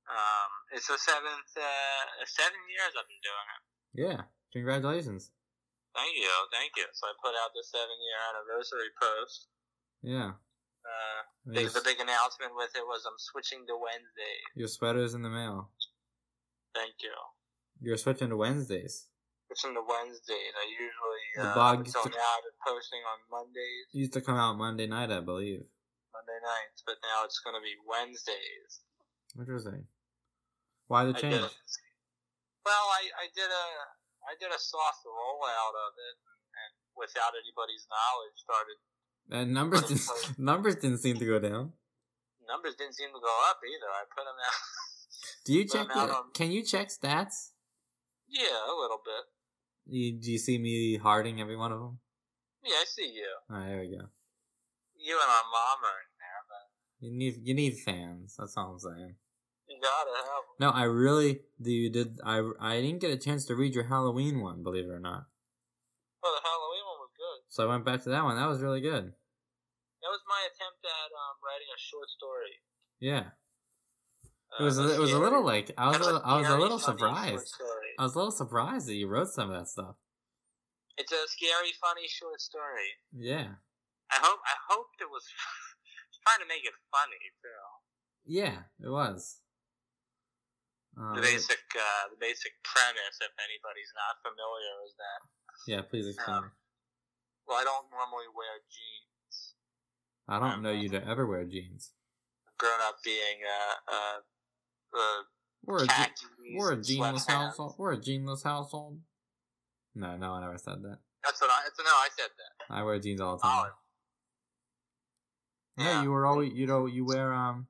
B: Um, it's the seventh uh, seven years I've been doing it.
A: Yeah, congratulations.
B: Thank you, thank you. So I put out the seven year anniversary post.
A: Yeah,
B: Uh,
A: And
B: big,
A: your,
B: the big announcement with it was I'm switching to Wednesday.
A: your sweater's in the mail.
B: Thank you.
A: You're switching to Wednesdays.
B: Switching to Wednesdays. I usually
A: The
B: uh,
A: blog
B: up
A: used
B: until
A: to-
B: now I've been posting on Mondays.
A: It used to come out Monday night, I believe.
B: Monday nights, but now it's going to be Wednesdays.
A: Interesting. Why the
B: I
A: change?
B: did a, well, I, I did a I did a soft rollout of it, and without anybody's knowledge, started
A: And Uh, numbers didn't, numbers didn't seem to go down.
B: numbers didn't seem to go up either. I put them out,
A: Do you
B: But
A: check?
B: now
A: the-
B: I'm-
A: can you check stats?
B: yeah, a little bit.
A: You, do you see me harding every one of them?
B: Yeah, I see you.
A: All right, there we go.
B: You and our mom are in there, but
A: You need you need fans. That's all I'm saying.
B: you gotta have. 'em.
A: No, I really do. You did. I I didn't get a chance to read your Halloween one, believe it or not.
B: Well, the Halloween one was good.
A: So I went back to that one. That was really good.
B: That was my attempt at um, writing a short story.
A: Yeah, it
B: Uh,
A: was a, it was a
B: scary-
A: little like I was
B: kind of
A: a, I was a
B: scary
A: little
B: funny short
A: surprised. Uh,
B: story.
A: I was a little surprised that you wrote some of that stuff.
B: It's a scary, funny short story.
A: Yeah,
B: I hope I hoped it was trying to make it funny too.
A: yeah, it was. Um,
B: The basic uh, the basic premise, if anybody's not familiar, is that
A: yeah, please explain.
B: well, I don't normally wear jeans.
A: I don't know you to ever wear jeans.
B: grown up being uh, uh, uh,
A: We're a, ge-
B: khakis
A: we're a
B: and
A: geneless
B: sweatpants.
A: household. We're a geneless household. No, no one ever said that.
B: That's what I. That's, no, I said that.
A: I wear jeans all the time.
B: Oh,
A: Yeah, you were always you know you wear um.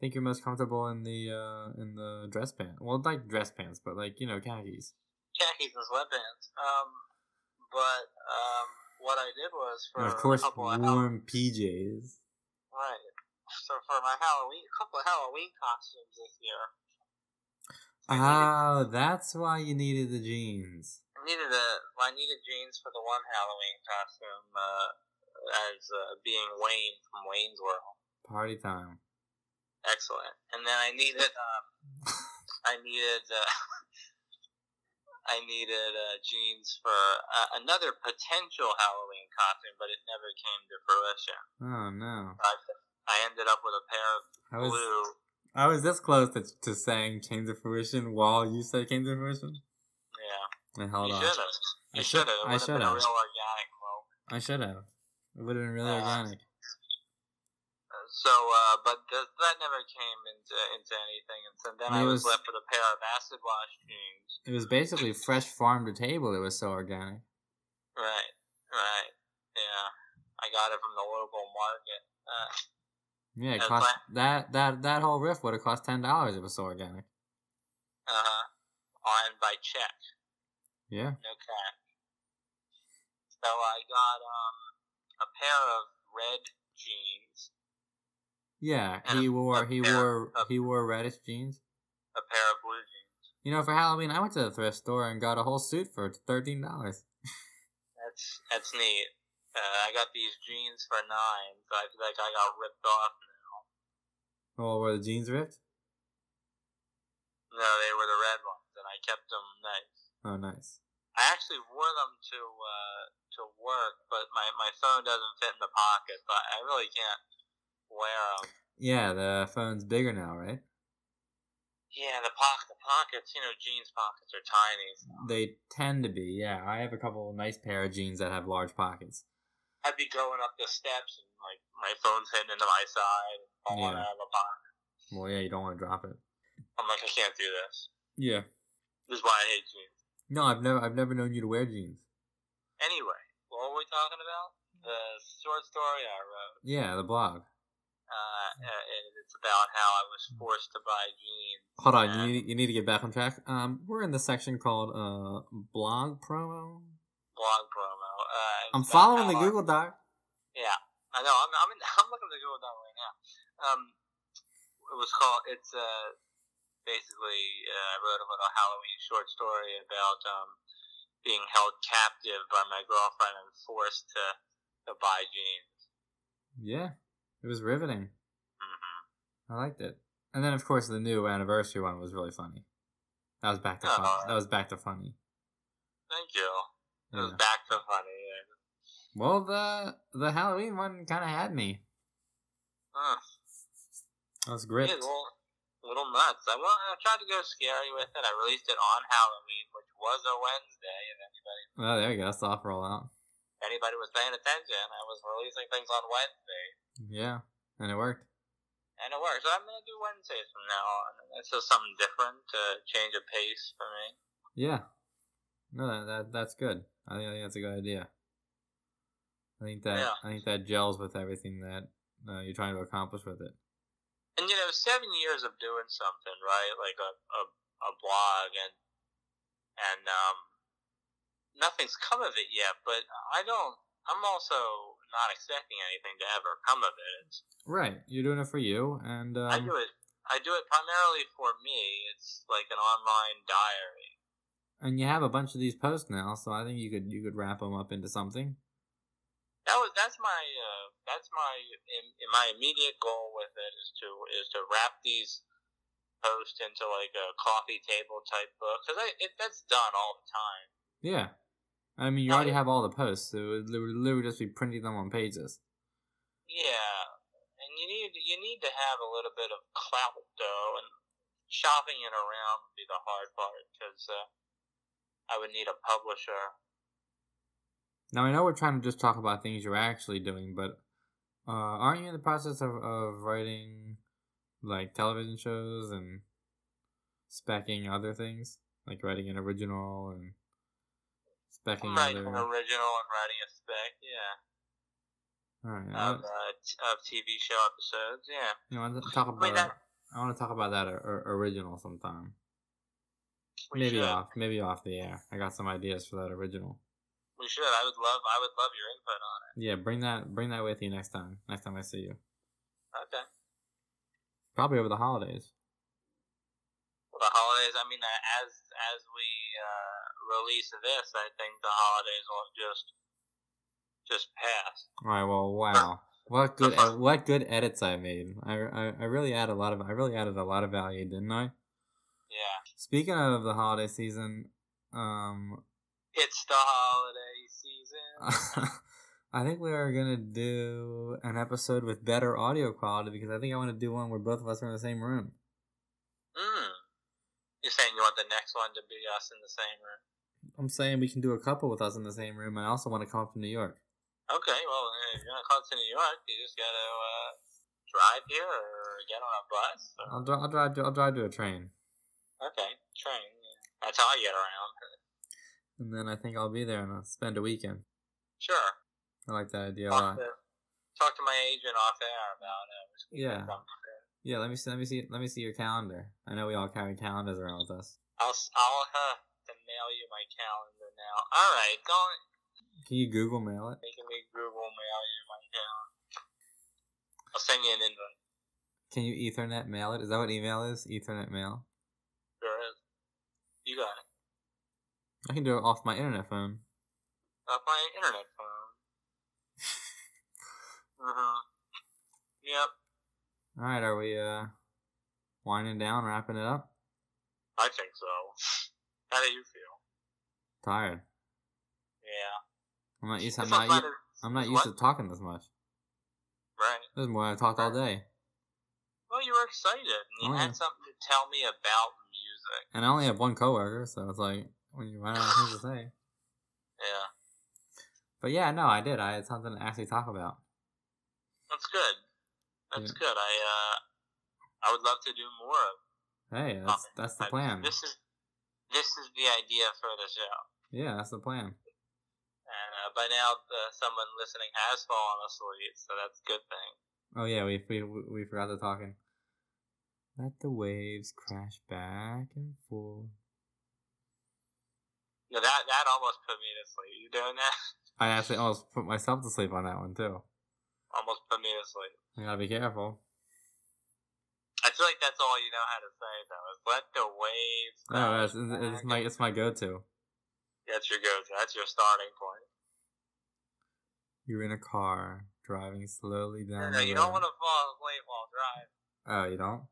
A: I think you're most comfortable in the uh in the dress pants. Well, like dress pants, but like you know khakis.
B: khakis and sweatpants. Um, but um, what I did was for
A: And of course,
B: a couple of Hall-
A: warm PJs.
B: right. So for my Halloween, a couple of Halloween costumes this year, I needed,
A: Oh, that's why you needed the jeans.
B: I needed a, well, I needed jeans for the one Halloween costume uh, as uh, being Wayne from Wayne's World.
A: Party time.
B: Excellent. And then I needed, um, I needed, uh, I needed uh, jeans for uh, another potential Halloween costume, but it never came to fruition.
A: Oh no,
B: I, I ended up with a pair of
A: I was
B: blue.
A: I was this close to, to saying came to fruition while you said came to fruition.
B: Yeah,
A: I held
B: you
A: on.
B: should have.
A: I
B: You
A: should-
B: should have.
A: I
B: It would have been a
A: should've.
B: real organic cloak.
A: I should have. It would have been really
B: Uh,
A: organic.
B: Uh, So, uh, but th- that never came into into anything. And so then
A: It
B: I was,
A: was-
B: left with a pair of acid wash jeans.
A: It was basically fresh farm to table. It was so organic.
B: Right, right. Yeah, I got it from the local market. Uh,
A: Yeah, it
B: That's
A: cost
B: why-
A: that that that whole riff would have cost ten dollars. It was so organic.
B: uh, on by check,
A: Yeah,
B: no cash. So I got um a pair of red jeans,
A: yeah.
B: And
A: He
B: a-
A: wore
B: a
A: he
B: pair
A: wore
B: of-
A: he wore reddish jeans.
B: a pair of blue jeans.
A: You know, for Halloween, I went to the thrift store and got a whole suit for thirteen dollars.
B: That's that's neat. Uh, I got these jeans for nine, so I feel like I got ripped off.
A: Oh, were the jeans ripped?
B: No, they were the red ones, and I kept them nice.
A: Oh, nice.
B: I actually wore them to uh, to work, but my, my phone doesn't fit in the pocket, so I really can't wear them.
A: Yeah, the phone's bigger now, right?
B: Yeah, the pocket, the pockets. You know, jeans pockets are tiny.
A: They tend to be. Yeah, I have a couple of nice pair of jeans that have large pockets.
B: I'd be going up the steps, and like my phone's hitting into my side, and falling
A: Yeah.
B: out of the pocket.
A: Well, yeah, you don't want to drop it.
B: I'm like, I can't do this.
A: Yeah.
B: This is why I hate jeans.
A: No, I've never I've never known you to wear jeans.
B: Anyway, what were we talking about? The short story I wrote.
A: Yeah, the blog.
B: Uh, uh, and it's about how I was forced to buy jeans.
A: Hold on, you need, you need to get back on track. Um, we're in the section called uh blog promo.
B: Blog promo. Uh, it
A: I'm
B: was about
A: following the
B: how I-
A: Google Doc.
B: Yeah, I know. I'm I'm, in, I'm looking at the Google Doc right now. Um, it was called. It's uh, basically uh, I wrote a little Halloween short story about um, being held captive by my girlfriend and forced to to buy jeans.
A: Yeah, it was riveting.
B: hmm
A: I liked it. And then of course the new anniversary one was really funny. That was back to fun.
B: Oh.
A: That was back to funny.
B: Thank you. It
A: Yeah.
B: was back to funny. and,
A: Well, the the Halloween one kind of had me.
B: uh,
A: I was
B: yeah,
A: gripped.
B: little, little nuts. I, well, I tried to go scary with it. I released it on Halloween, which was a Wednesday. If anybody
A: Oh, there you go. That's the off roll out.
B: anybody was paying attention, I was releasing things on Wednesday.
A: Yeah, and it worked.
B: and it works. I'm gonna do Wednesdays from now on. It's just something different to change a pace for me.
A: Yeah. No, that, that that's good. I think, I think that's a good idea. I think that
B: Yeah.
A: I think that gels with everything that uh, you're trying to accomplish with it.
B: And you know, seven years of doing something, right? Like a a, a blog and and um, nothing's come of it yet. But I don't. I'm also not expecting anything to ever come of it. It's,
A: Right. You're doing it for you, and um,
B: I do it. I do it primarily for me. It's like an online diary.
A: and you have a bunch of these posts now, so I think you could you could wrap them up into something.
B: That was that's my uh, that's my in, in my immediate goal with it is to is to wrap these posts into like a coffee table type book because I it, that's done all the time.
A: Yeah. I mean, you
B: Oh,
A: already
B: yeah.
A: have all the posts, so it would li- literally just be printing them on pages.
B: Yeah, and you need you need to have a little bit of clout though, and shopping it around would be the hard part because uh, I would need a publisher.
A: Now I know we're trying to just talk about things you're actually doing, but uh, aren't you in the process of, of writing like television shows and specking other things, like writing an original and specking
B: Right,
A: other.
B: an original and writing a spec, yeah.
A: All right, I,
B: Of, uh, t- of TV show episodes, yeah.
A: you know, I want to talk about.
B: Wait, that-
A: I want to talk about that or, original sometime.
B: We
A: maybe
B: should.
A: off, maybe off the air. I got some ideas for that original.
B: We should. I would love. I would love your input on it.
A: Yeah, bring that, bring that with you next time. Next time I see you,
B: Okay.
A: probably over the holidays.
B: Well, the holidays. I mean, uh, as as we uh, release this, I think the holidays will just just pass.
A: All right. Well, wow. What good ed- what good edits I made. I, I, I really added a lot of I really added a lot of value, didn't I?
B: Yeah.
A: Speaking of the holiday season, um,
B: It's the holiday season.
A: I think we are gonna do an episode with better audio quality because I think I want to do one where both of us are in the same room.
B: Mm. You're saying you want the next one to be us in the same room?
A: I'm saying we can do a couple with us in the same room, and I also want to come up to New York.
B: Okay. Well, if you're gonna call it to New York, you just gotta uh, drive here or get on a bus. Or,
A: I'll, dri- I'll drive to I'll drive to a train,
B: okay. Train. yeah. That's how I get around.
A: and then I think I'll be there and I'll spend a weekend.
B: Sure.
A: I like that idea a
B: talk
A: lot.
B: to, talk to my agent off air about it.
A: Yeah. Yeah, let me see. Let me see. Let me see your calendar. I know we all carry calendars around with us.
B: I'll s- I'll have to mail you my calendar now. All right, go
A: Can you Google Mail it?
B: making me Google mail you my calendar. I'll send you an invite.
A: Can you Ethernet mail it? Is that what email is? Ethernet mail.
B: Sure is. You got it.
A: I can do it off my internet phone.
B: Off my internet phone. mhm. Yep.
A: All right, are we uh winding down, wrapping it up?
B: I think so. How do you feel?
A: Tired.
B: Yeah.
A: I'm not used. I'm
B: It's
A: not.
B: not fun
A: u-
B: to-
A: I'm not
B: it's
A: used
B: what?
A: to talking this much.
B: Right.
A: This is more. I talked all day,
B: Well, you were excited. And you
A: Oh, yeah.
B: had something to tell me about music.
A: and I only have one coworker, so it's like when you run out of things to say.
B: Yeah.
A: But yeah, no, I did. I had something to actually talk about.
B: That's good. That's
A: Yeah.
B: good. I uh, I would love to do more of.
A: Hey, that's that's the
B: I-
A: plan.
B: This is this is the idea for the show,
A: Yeah, that's the plan.
B: and uh, by now uh, someone listening has fallen asleep, so that's a good thing.
A: Oh yeah, we we we forgot the talking. Let the waves crash back and forth.
B: Yeah, that that almost put me to sleep. You doing that?
A: I actually almost put myself to sleep on that one too.
B: Almost put me to sleep.
A: I gotta be careful.
B: I feel like that's all you know how to say though. Is let the waves.
A: No,
B: crash
A: that's it's, it's
B: back.
A: my it's my go-to.
B: That's your go. That's your starting point.
A: You're in a car driving slowly
B: No,
A: down.
B: no,
A: the
B: you
A: road.
B: don't want to fall asleep while driving.
A: Oh, you don't.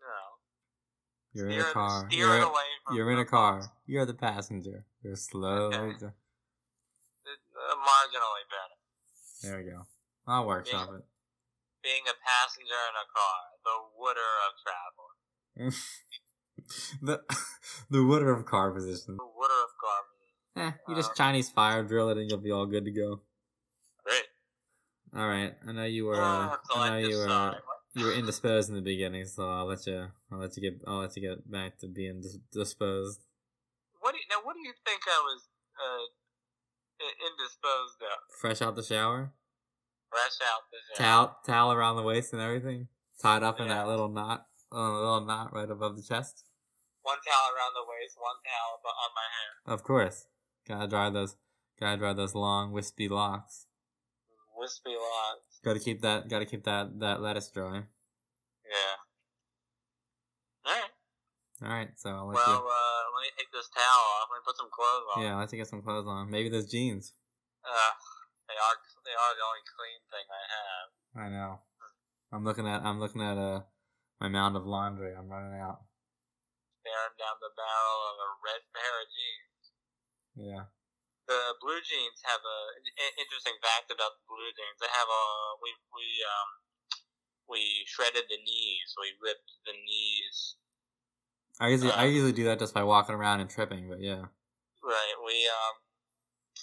B: No,
A: You're
B: steer,
A: in a car.
B: steer
A: You're,
B: it away from.
A: you're in
B: the
A: a car. You're the passenger. You're slowly.
B: Okay.
A: dri-
B: Uh, marginally better.
A: There we go. I'll workshop it.
B: being a passenger in a car, the wooder of travel,
A: the the wooder of car position.
B: the wooder of car.
A: Eh, you just
B: Uh,
A: Chinese fire drill it and you'll be all good to go.
B: Great.
A: All right, I know you were.
B: Oh,
A: Uh,
B: it's all
A: I
B: I
A: know you uh,
B: just
A: were.
B: saw.
A: You were indisposed in the beginning, so I'll let you. I'll let you get. I'll let you get back to being dis- disposed.
B: What do you, now? What do you think I was uh, i- indisposed of?
A: Fresh out the shower,
B: Fresh out the shower.
A: towel, towel around the waist and everything, tied up in
B: Yeah.
A: that little knot, a little knot right above the chest.
B: One towel around the waist, one towel bu- on my hair.
A: Of course, gotta dry those. Gotta dry those long wispy locks.
B: Wispy locks.
A: Gotta keep that. Gotta keep that that lettuce dry.
B: Yeah. All right.
A: All right, so I'll let
B: Well, uh, let me take this towel off. Let me put some clothes on.
A: you. Yeah, I'll let you get some clothes on. Maybe those jeans.
B: Uh, they are they are the only clean thing I have.
A: I know. I'm looking at I'm looking at uh my mound of laundry. I'm running out.
B: Staring down the barrel of a red pair of jeans.
A: Yeah.
B: the blue jeans have a an interesting fact about the blue jeans. They have a we we um we shredded the knees. We ripped the knees.
A: I usually
B: Um,
A: I usually do that just by walking around and tripping, but yeah.
B: Right. We um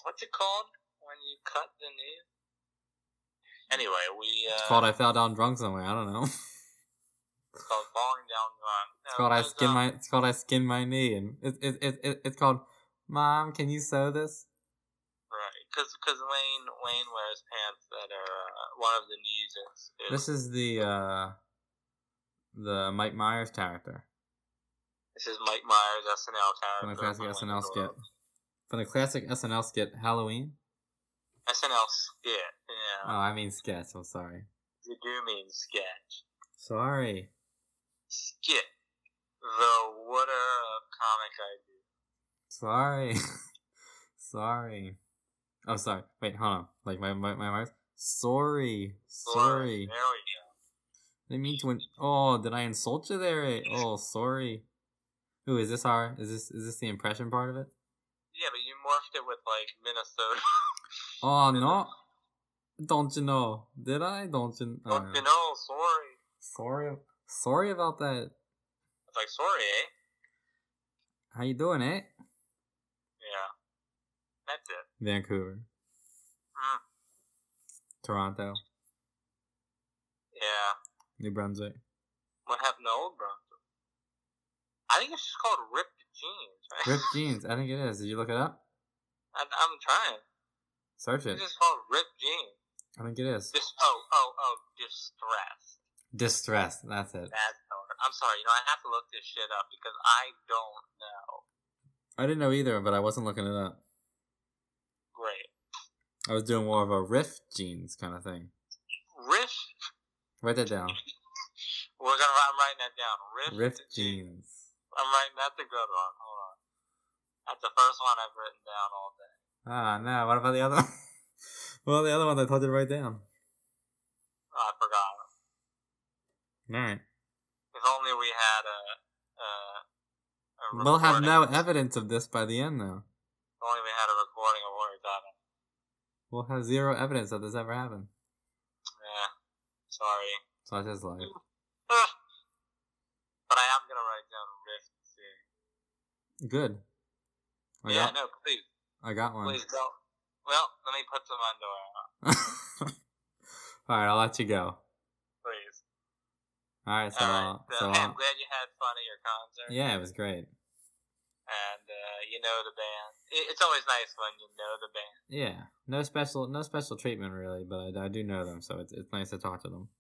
B: what's it called when you cut the knees? Anyway, we uh,
A: It's called I fell down drunk somewhere. I don't know.
B: It's called falling down drunk. No,
A: It's called I
B: but,
A: skin
B: um,
A: my. It's called I skin my knee, and it, it, it, it, it's called Mom. Can you sew this?
B: Right, because Wayne Wayne wears pants that are uh, one of the knees is, is
A: This is the uh, the Mike Myers character
B: this is Mike Myers SNL
A: from the classic
B: character Wayne's
A: SNL skit.
B: World.
A: From the classic SNL skit Halloween.
B: SNL skit, yeah.
A: Oh, I mean sketch. I'm sorry.
B: You do mean sketch.
A: Sorry.
B: Skit, the water of comic ideas.
A: Sorry. sorry. I'm sorry. Wait, hold on. Like my my my Myers. Sorry. Sorry.
B: There we go.
A: I mean to. An- oh, did I insult you there? eh? Oh, sorry. Ooh, is this our? Is this is this the impression part of it?
B: Yeah, but you morphed it with like Minnesota.
A: Oh no! Don't you know? Did I? Don't you? I
B: Don't
A: don't know.
B: you know? Sorry.
A: Sorry, sorry about that.
B: It's like sorry, eh?
A: How you doing, eh?
B: Yeah. That's it.
A: Vancouver,
B: Mm.
A: Toronto,
B: Yeah.
A: New Brunswick.
B: What happened to old Bronson? I think it's just called ripped jeans, right?
A: Ripped jeans. I think it is. Did you look it up?
B: I, I'm trying.
A: Search it.
B: It's just called ripped jeans.
A: I think it is.
B: Just oh oh oh distress.
A: Distressed. That's it.
B: That's the word. I'm sorry. You know I have to look this shit up because I don't know.
A: I didn't know either, but I wasn't looking it up.
B: Great.
A: I was doing more of a riff jeans kind of thing.
B: Rift.
A: Write that down.
B: We're gonna. I'm writing that down. Rift.
A: Riff jeans.
B: I'm writing. That's a good one. Hold on. That's the first one I've written down all day.
A: Ah, no. What about the other? well, the other ones I told you to write down.
B: Oh, I forgot.
A: All right.
B: If only we had a. a, a
A: We'll have
B: recording.
A: no evidence of this by the end, though.
B: If only we had a recording of what we're talking.
A: We'll have zero evidence that this ever happened.
B: Yeah. Sorry.
A: So that's just like,
B: but I am gonna write down Rift soon.
A: good. I
B: yeah,
A: got,
B: no, please,
A: I got one.
B: please don't. Well, let me put some underwear on,
A: All right, I'll let you go.
B: please.
A: All right, so,
B: All right.
A: I'll-
B: So,
A: so
B: hey, I'm
A: I'll-
B: glad you had fun at your concert.
A: yeah, it was great.
B: And uh, you know the band. It, it's always nice when you know the band.
A: Yeah, no special, no special treatment really, but I, I do know them, so it's it's nice to talk to them.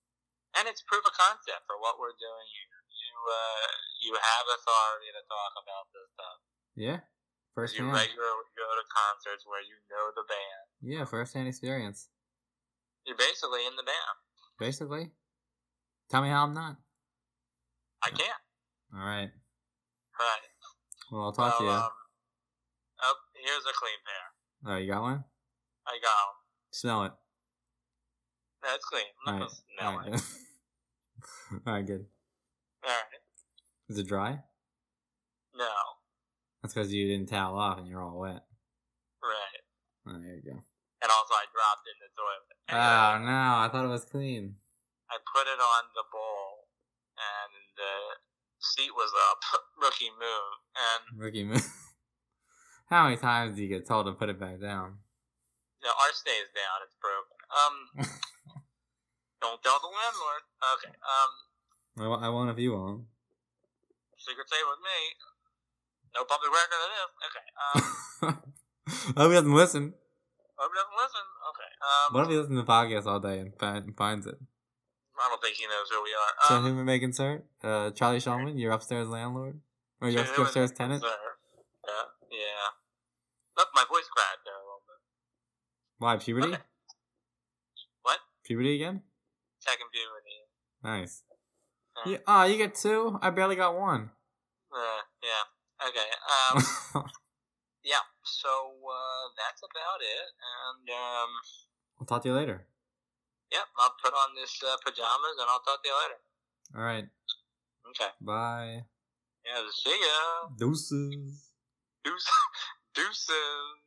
B: And it's proof of concept for what we're doing here. You uh, you have authority to talk about this stuff.
A: Yeah, first
B: You
A: hand.
B: regularly go to concerts where you know the band.
A: Yeah, first hand experience.
B: You're basically in the band.
A: Basically, tell me how I'm not.
B: I can't.
A: All right.
B: Right.
A: Well, I'll talk to you.
B: Well, um, oh, here's a clean pair.
A: oh, you got one?
B: I got 'em.
A: Smell it.
B: That's clean.
A: All right.
B: I'm not gonna smell
A: All
B: it.
A: right. All right. Good.
B: All right.
A: Is it dry?
B: No.
A: That's because you didn't towel off and you're all wet.
B: Right.
A: Oh, there you go.
B: And also, I dropped it in the toilet.
A: Oh no!
B: Anyway,
A: I thought it was clean.
B: I put it on the bowl, and the seat was up. Rookie move. And
A: Rookie move. How many times do you get told to put it back down?
B: you know, our stay is down. It's broken. Um. don't tell the landlord. Okay. Um.
A: I, wo- I won't if you won't.
B: Secret stay with me. No public record of this. Okay. Um.
A: hope he doesn't listen.
B: Hope he doesn't listen. Okay. Um.
A: What if he listens to podcasts all day and, find, and finds it?
B: I don't think he knows who we are.
A: So
B: Um,
A: who we making, sir? Uh, Charlie Shulman, your upstairs landlord, or your
B: Yeah, it was-
A: upstairs tenant?
B: Sir. Yeah, yeah. Look, my voice cracked there a little bit.
A: Why puberty?
B: Okay. What?
A: Puberty again?
B: Second puberty.
A: Nice.
B: Yeah.
A: Yeah. Oh, you get two? I barely got one.
B: Uh, yeah. Okay. Um.
A: I'll
B: yeah. So uh, that's about it. And um,
A: talk to you later.
B: yeah, I'll put on this uh, pajamas and I'll talk to you later.
A: All right.
B: Okay.
A: Bye.
B: Yeah. See ya.
A: Deuces.
B: Deuce- Deuces.